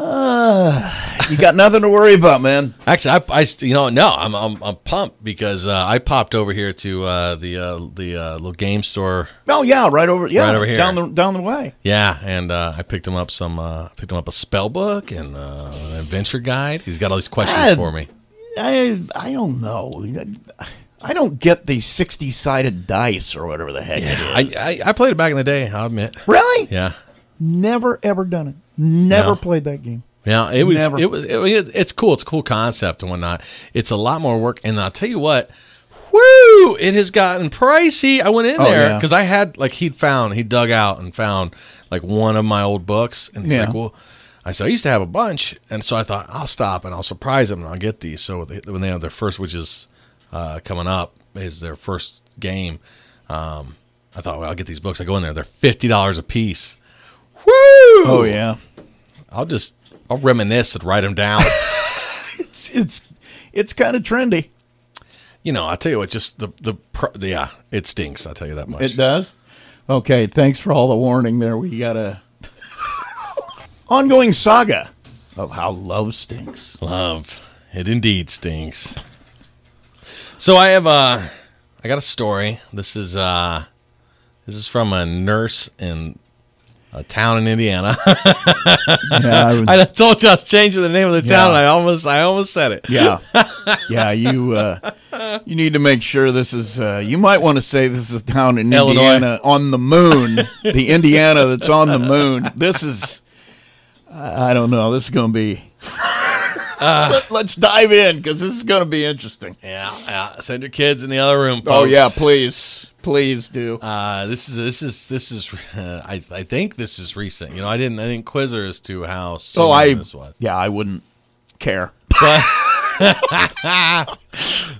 You got nothing to worry about, man.
Actually, I, I you know, no, I'm I'm, I'm pumped because uh, I popped over here to uh, the uh, the uh, little game store
Oh yeah, right over. Yeah,
Right over here.
down the down the way.
Yeah, and uh, I picked him up some. Uh, I picked him up a spell book and uh, an adventure guide. He's got all these questions
Ah,
for me.
I I don't know. I don't get the sixty sided dice or whatever the heck
I,
it is.
I I played it back in the day. I'll admit.
really?
Yeah,
Never ever done it. Never
No.
played that game.
yeah. It was
Never.
it was it, it's cool. It's a cool concept and whatnot. It's a lot more work. And I'll tell you what. Woo! It has gotten pricey. I went in
Oh,
there
yeah.
because I had like he'd found he dug out and found like one of my old books, and he's
Yeah.
like, "Well, I said I used to have a bunch, and so I thought I'll stop and I'll surprise him and I'll get these." So they, when they have their first, which is uh, coming up, is their first game. Um, I thought, well, I'll get these books. I go in there; they're fifty dollars a piece. Woo!
Oh yeah.
I'll just I'll reminisce and write them down.
It's it's it's kind of trendy.
you know, I tell you what, just the the, pr- the yeah, it stinks. I tell you that much.
It does. Okay, thanks for all the warning there. We got a ongoing saga of how love stinks.
Love. It indeed stinks. So I have uh I got a story. This is uh this is from a nurse in a town in Indiana.
Yeah, I would-
I told you I was changing the name of the town
Yeah.
and I almost I almost said it.
yeah, yeah. You uh, You need to make sure this is. Uh, you might want to say this is down in
Illinois.
Indiana on the moon, the Indiana that's on the moon. This is. I I don't know. This is going to be. Let, us dive in because this is going to be interesting.
Yeah, yeah. Send your kids in the other room. Folks.
Oh yeah, please, please do.
Uh, this is this is this is. Uh, I I think this is recent. You know, I didn't I didn't quiz her as to how soon
oh, I.
this was.
Yeah, I wouldn't care.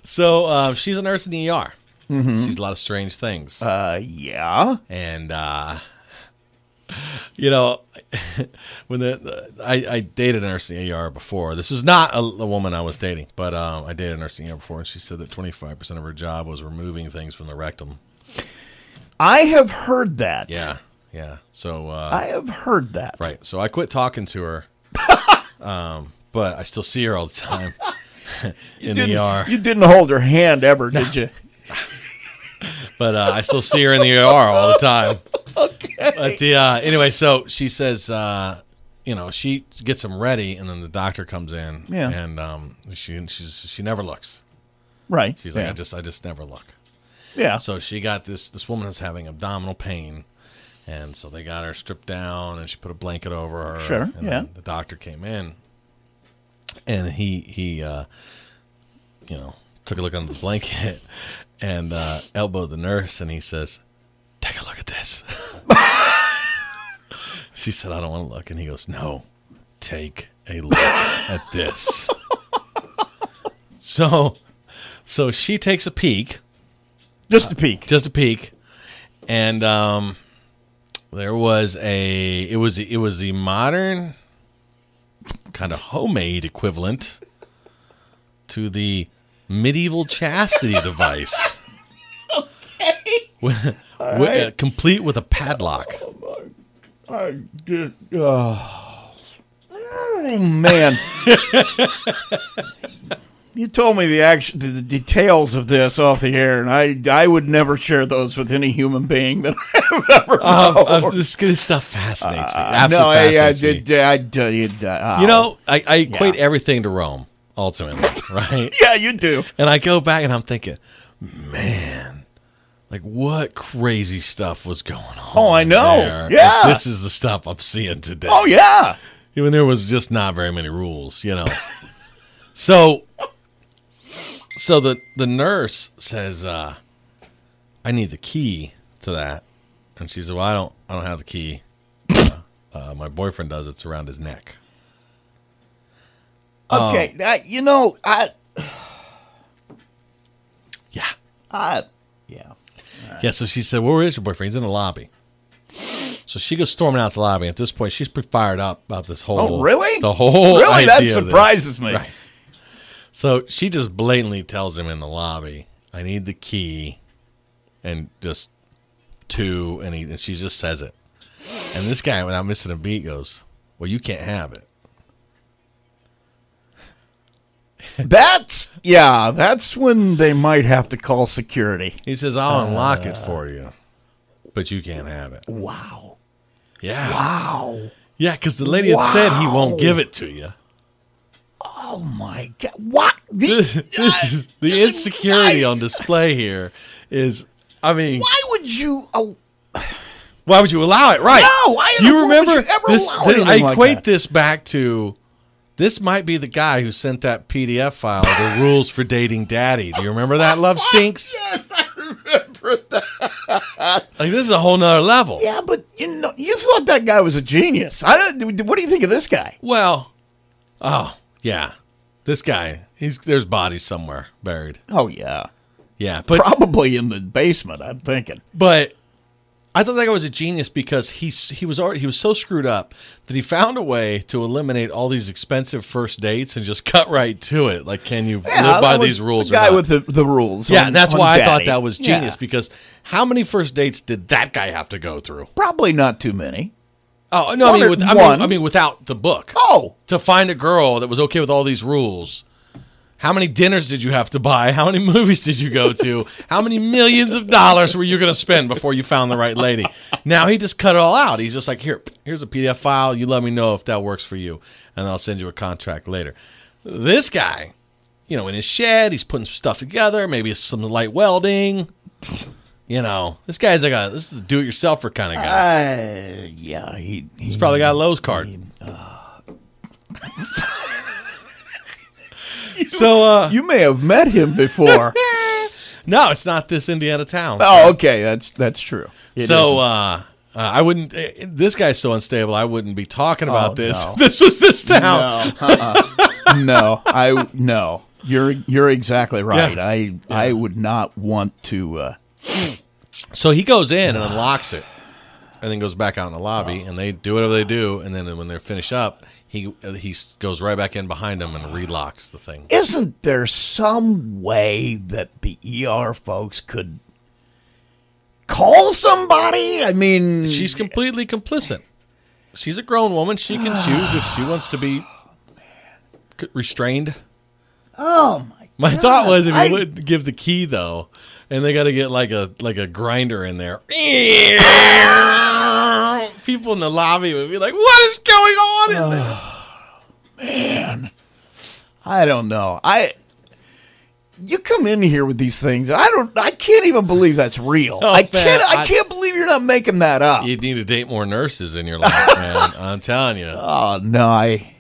So uh, she's a nurse in the ER. Sees a lot of strange things,
Mm-hmm. Uh, yeah.
and uh, you know, when the, the- I, I dated a nurse in the ER before. This was not a, a woman I was dating, but um, I dated a nurse in the ER before, and she said that twenty five percent of her job was removing things from the rectum.
I have heard that.
Yeah, yeah. So uh,
I have heard that.
Right. So I quit talking to her, um, but I still see her all the time in the
Didn't-
ER.
You didn't hold her hand ever, did you?
But uh, I still see her in the ER all the time. Okay. But the, uh, anyway, so she says, uh, you know, she gets them ready, and then the doctor comes in.
Yeah.
And um, she she's she never looks.
Right.
She's like,
yeah.
I just I just never look.
yeah.
So she got this. This woman was having abdominal pain, and so they got her stripped down, and she put a blanket over her.
Sure,
and
yeah.
then The doctor came in, and he he, uh, you know, took a look under the blanket, and uh, elbowed the nurse, and he says, "Take a look at this." she said, "I don't want to look," and he goes, "No, take a look at this." So, so she takes a peek
just a peek.
just a peek and um there was a it was it was the modern kind of homemade equivalent to the medieval chastity device With- with- uh, complete with a padlock
I did. Oh, oh man. You told me the action, the the details of this off the air, and I, I would never share those with any human being that I've ever
um,
known.
uh, this, this stuff fascinates me
Oh. Uh, no,
absolutely
I, I
fascinates me.
did. I, did. uh,
you know i, I equate everything to rome ultimately right
yeah, you do.
And I go back and I'm thinking, man, like what crazy stuff was going on?
Oh, I know.
there if
Yeah.
this is the stuff I'm seeing today.
Oh yeah.
Even there was just not very many rules, you know. so, so the the nurse says, uh, "I need the key to that," and she said, "Well, I don't, I don't have the key. Uh, uh, my boyfriend does. It's around his neck."
Okay, that you know, I,
Yeah.
I, yeah.
Yeah, so she said, well, Where is your boyfriend? He's in the lobby. So she goes storming out the lobby. At this point, she's pretty fired up about this whole.
Oh, really?
The whole.
really that
idea of this.
surprises me.
Right. So she just blatantly tells him in the lobby, I need the key and just two. And, he, and she just says it. And this guy, without missing a beat, goes, Well, you can't have it.
That's yeah. That's when they might have to call security.
He says, I'll unlock it for you, but you can't have it.
Uh. Wow.
Yeah.
Wow.
Yeah, because the lady had said he won't give it to you.
Oh my god. What?
this,
The,
this is, the insecurity on display here is I mean,
why would you? Oh,
why would you allow it? Right?
No, why- why
you
would
remember
you ever
this?
allow
this I
anything like
equate
that?
this back to this might be the guy who sent that PDF file, the rules for dating daddy. Do you remember that? Love stinks. yes, I remember that. like this is a whole nother level.
yeah, but you know, you thought that guy was a genius. I don't. What do you think of this guy?
Well, oh yeah, this guy. He's there's bodies somewhere buried.
Oh yeah.
Yeah, but
Probably in the basement. I'm thinking.
But I thought that guy was a genius because he he was already he was so screwed up that he found a way to eliminate all these expensive first dates and just cut right to it. Like, can you live by
that was
these rules?
The guy
or not?
with the, the rules.
yeah,
on-
and that's
on
why I
Daddy.
thought that was genius
Yeah.
because how many first dates did that guy have to go through?
Probably not too many.
Oh no, I
One
mean,
or-
with, I, mean
one.
I mean without the book
Oh,
to find a girl that was okay with all these rules. How many dinners did you have to buy? How many movies did you go to? How many millions of dollars were you going to spend before you found the right lady? Now he just cut it all out. He's just like, here, here's a PDF file. You let me know if that works for you, and I'll send you a contract later. This guy, you know, in his shed. He's putting some stuff together, maybe some light welding. You know, this guy's like a this is a do-it-yourselfer kind of guy.
Uh, yeah, he,
He's probably got a Lowe's card.
uh,
so uh,
You may have met him before.
no, it's not this Indiana town.
oh, okay, that's that's true. It
so
isn't.
uh, uh, I wouldn't. eh, This guy's so unstable. I wouldn't be talking about this.
Oh, no.
This was this town.
no, uh-uh. no, I no. You're you're exactly right.
Yeah.
I I would not want to. Uh,
So he goes in and unlocks it, and then goes back out in the lobby, and they do whatever they do, and then when they're finished up, he he s- goes right back in behind them and relocks the thing.
isn't there some way that the ER folks could call somebody? I mean,
She's completely complicit. She's a grown woman. She can choose if she wants to be c- restrained.
oh my.
My thought was if you
I-
would give the key though, and they got to get like a like a grinder in there. People in the lobby would be like, "What is going on in there?"
I don't know. I you come in here with these things. I don't. I can't even believe that's real.
Oh,
I
man,
can't. I,
I-
can't believe you're not making that up.
You need to date more nurses in your life, man. I'm telling you.
oh no, I.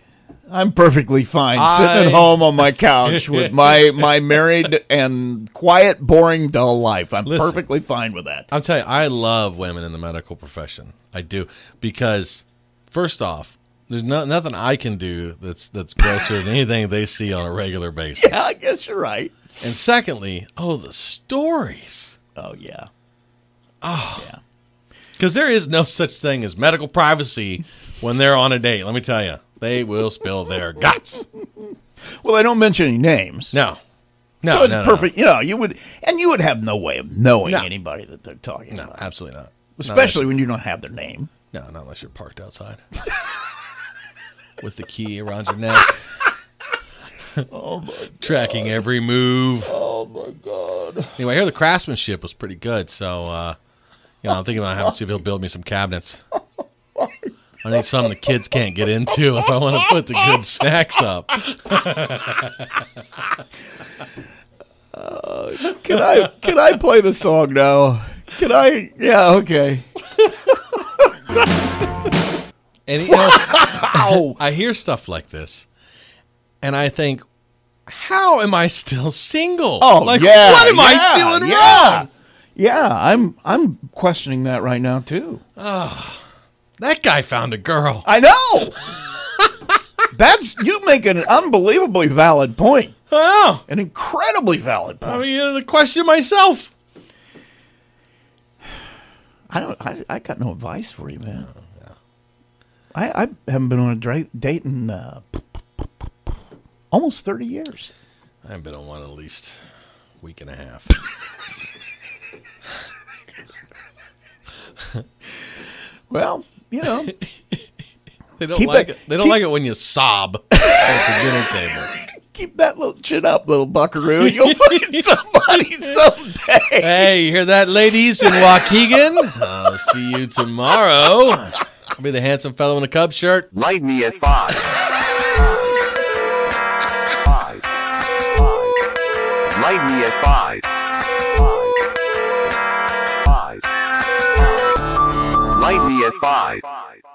I'm perfectly fine sitting
I-
at home on my couch with my my married and quiet, boring, dull life. I'm
Listen.
perfectly fine with that.
I'm telling you, I love women in the medical profession. I do because, first off, there's no, nothing I can do that's that's grosser than anything they see on a regular basis.
Yeah, I guess you're right.
And secondly, oh, the stories.
Oh yeah.
Because there is no such thing as medical privacy when they're on a date. Let me tell you, they will spill their guts.
Well, I don't mention any names.
No, no,
so it's
no, no,
perfect. You know, you would, and you would have no way of knowing
No.
anybody that they're talking
No,
about,
absolutely not.
especially when you don't have their name.
No, not unless you're parked outside with the key around your neck.
Oh
Tracking every move. Oh my god! Anyway, I hear the craftsmanship was pretty good, so uh, you know I'm thinking about having to see if he'll build me some cabinets. I need something the kids can't get into if I want to put the good snacks up.
Can I can I play the song now? Can I? Yeah, okay.
And you know, I hear stuff like this, and I think, how am I still single?
Oh,
like
yeah,
what am
yeah,
I doing
yeah.
wrong?
Yeah, I'm I'm questioning that right now too.
That guy found a girl.
I know. That's you make an unbelievably valid point,
Oh,
an incredibly valid
I
point.
mean, uh, the question myself.
I don't. I, I got no advice for you, man. I, I haven't been on a dra- date in uh, almost thirty years.
I've been on one at least week and a half.
Well, you know,
They don't
Keep
like
it-
it. They don't
keep-
like it when you sob at the dinner table.
keep that little chin up, little buckaroo. You'll find somebody someday.
Hey, you hear that, ladies in Waukegan? I'll see you tomorrow. I'll be the handsome fellow in a cub shirt.
Light me at five. Five. Five. Light me at five. Five. Five. Light me at five.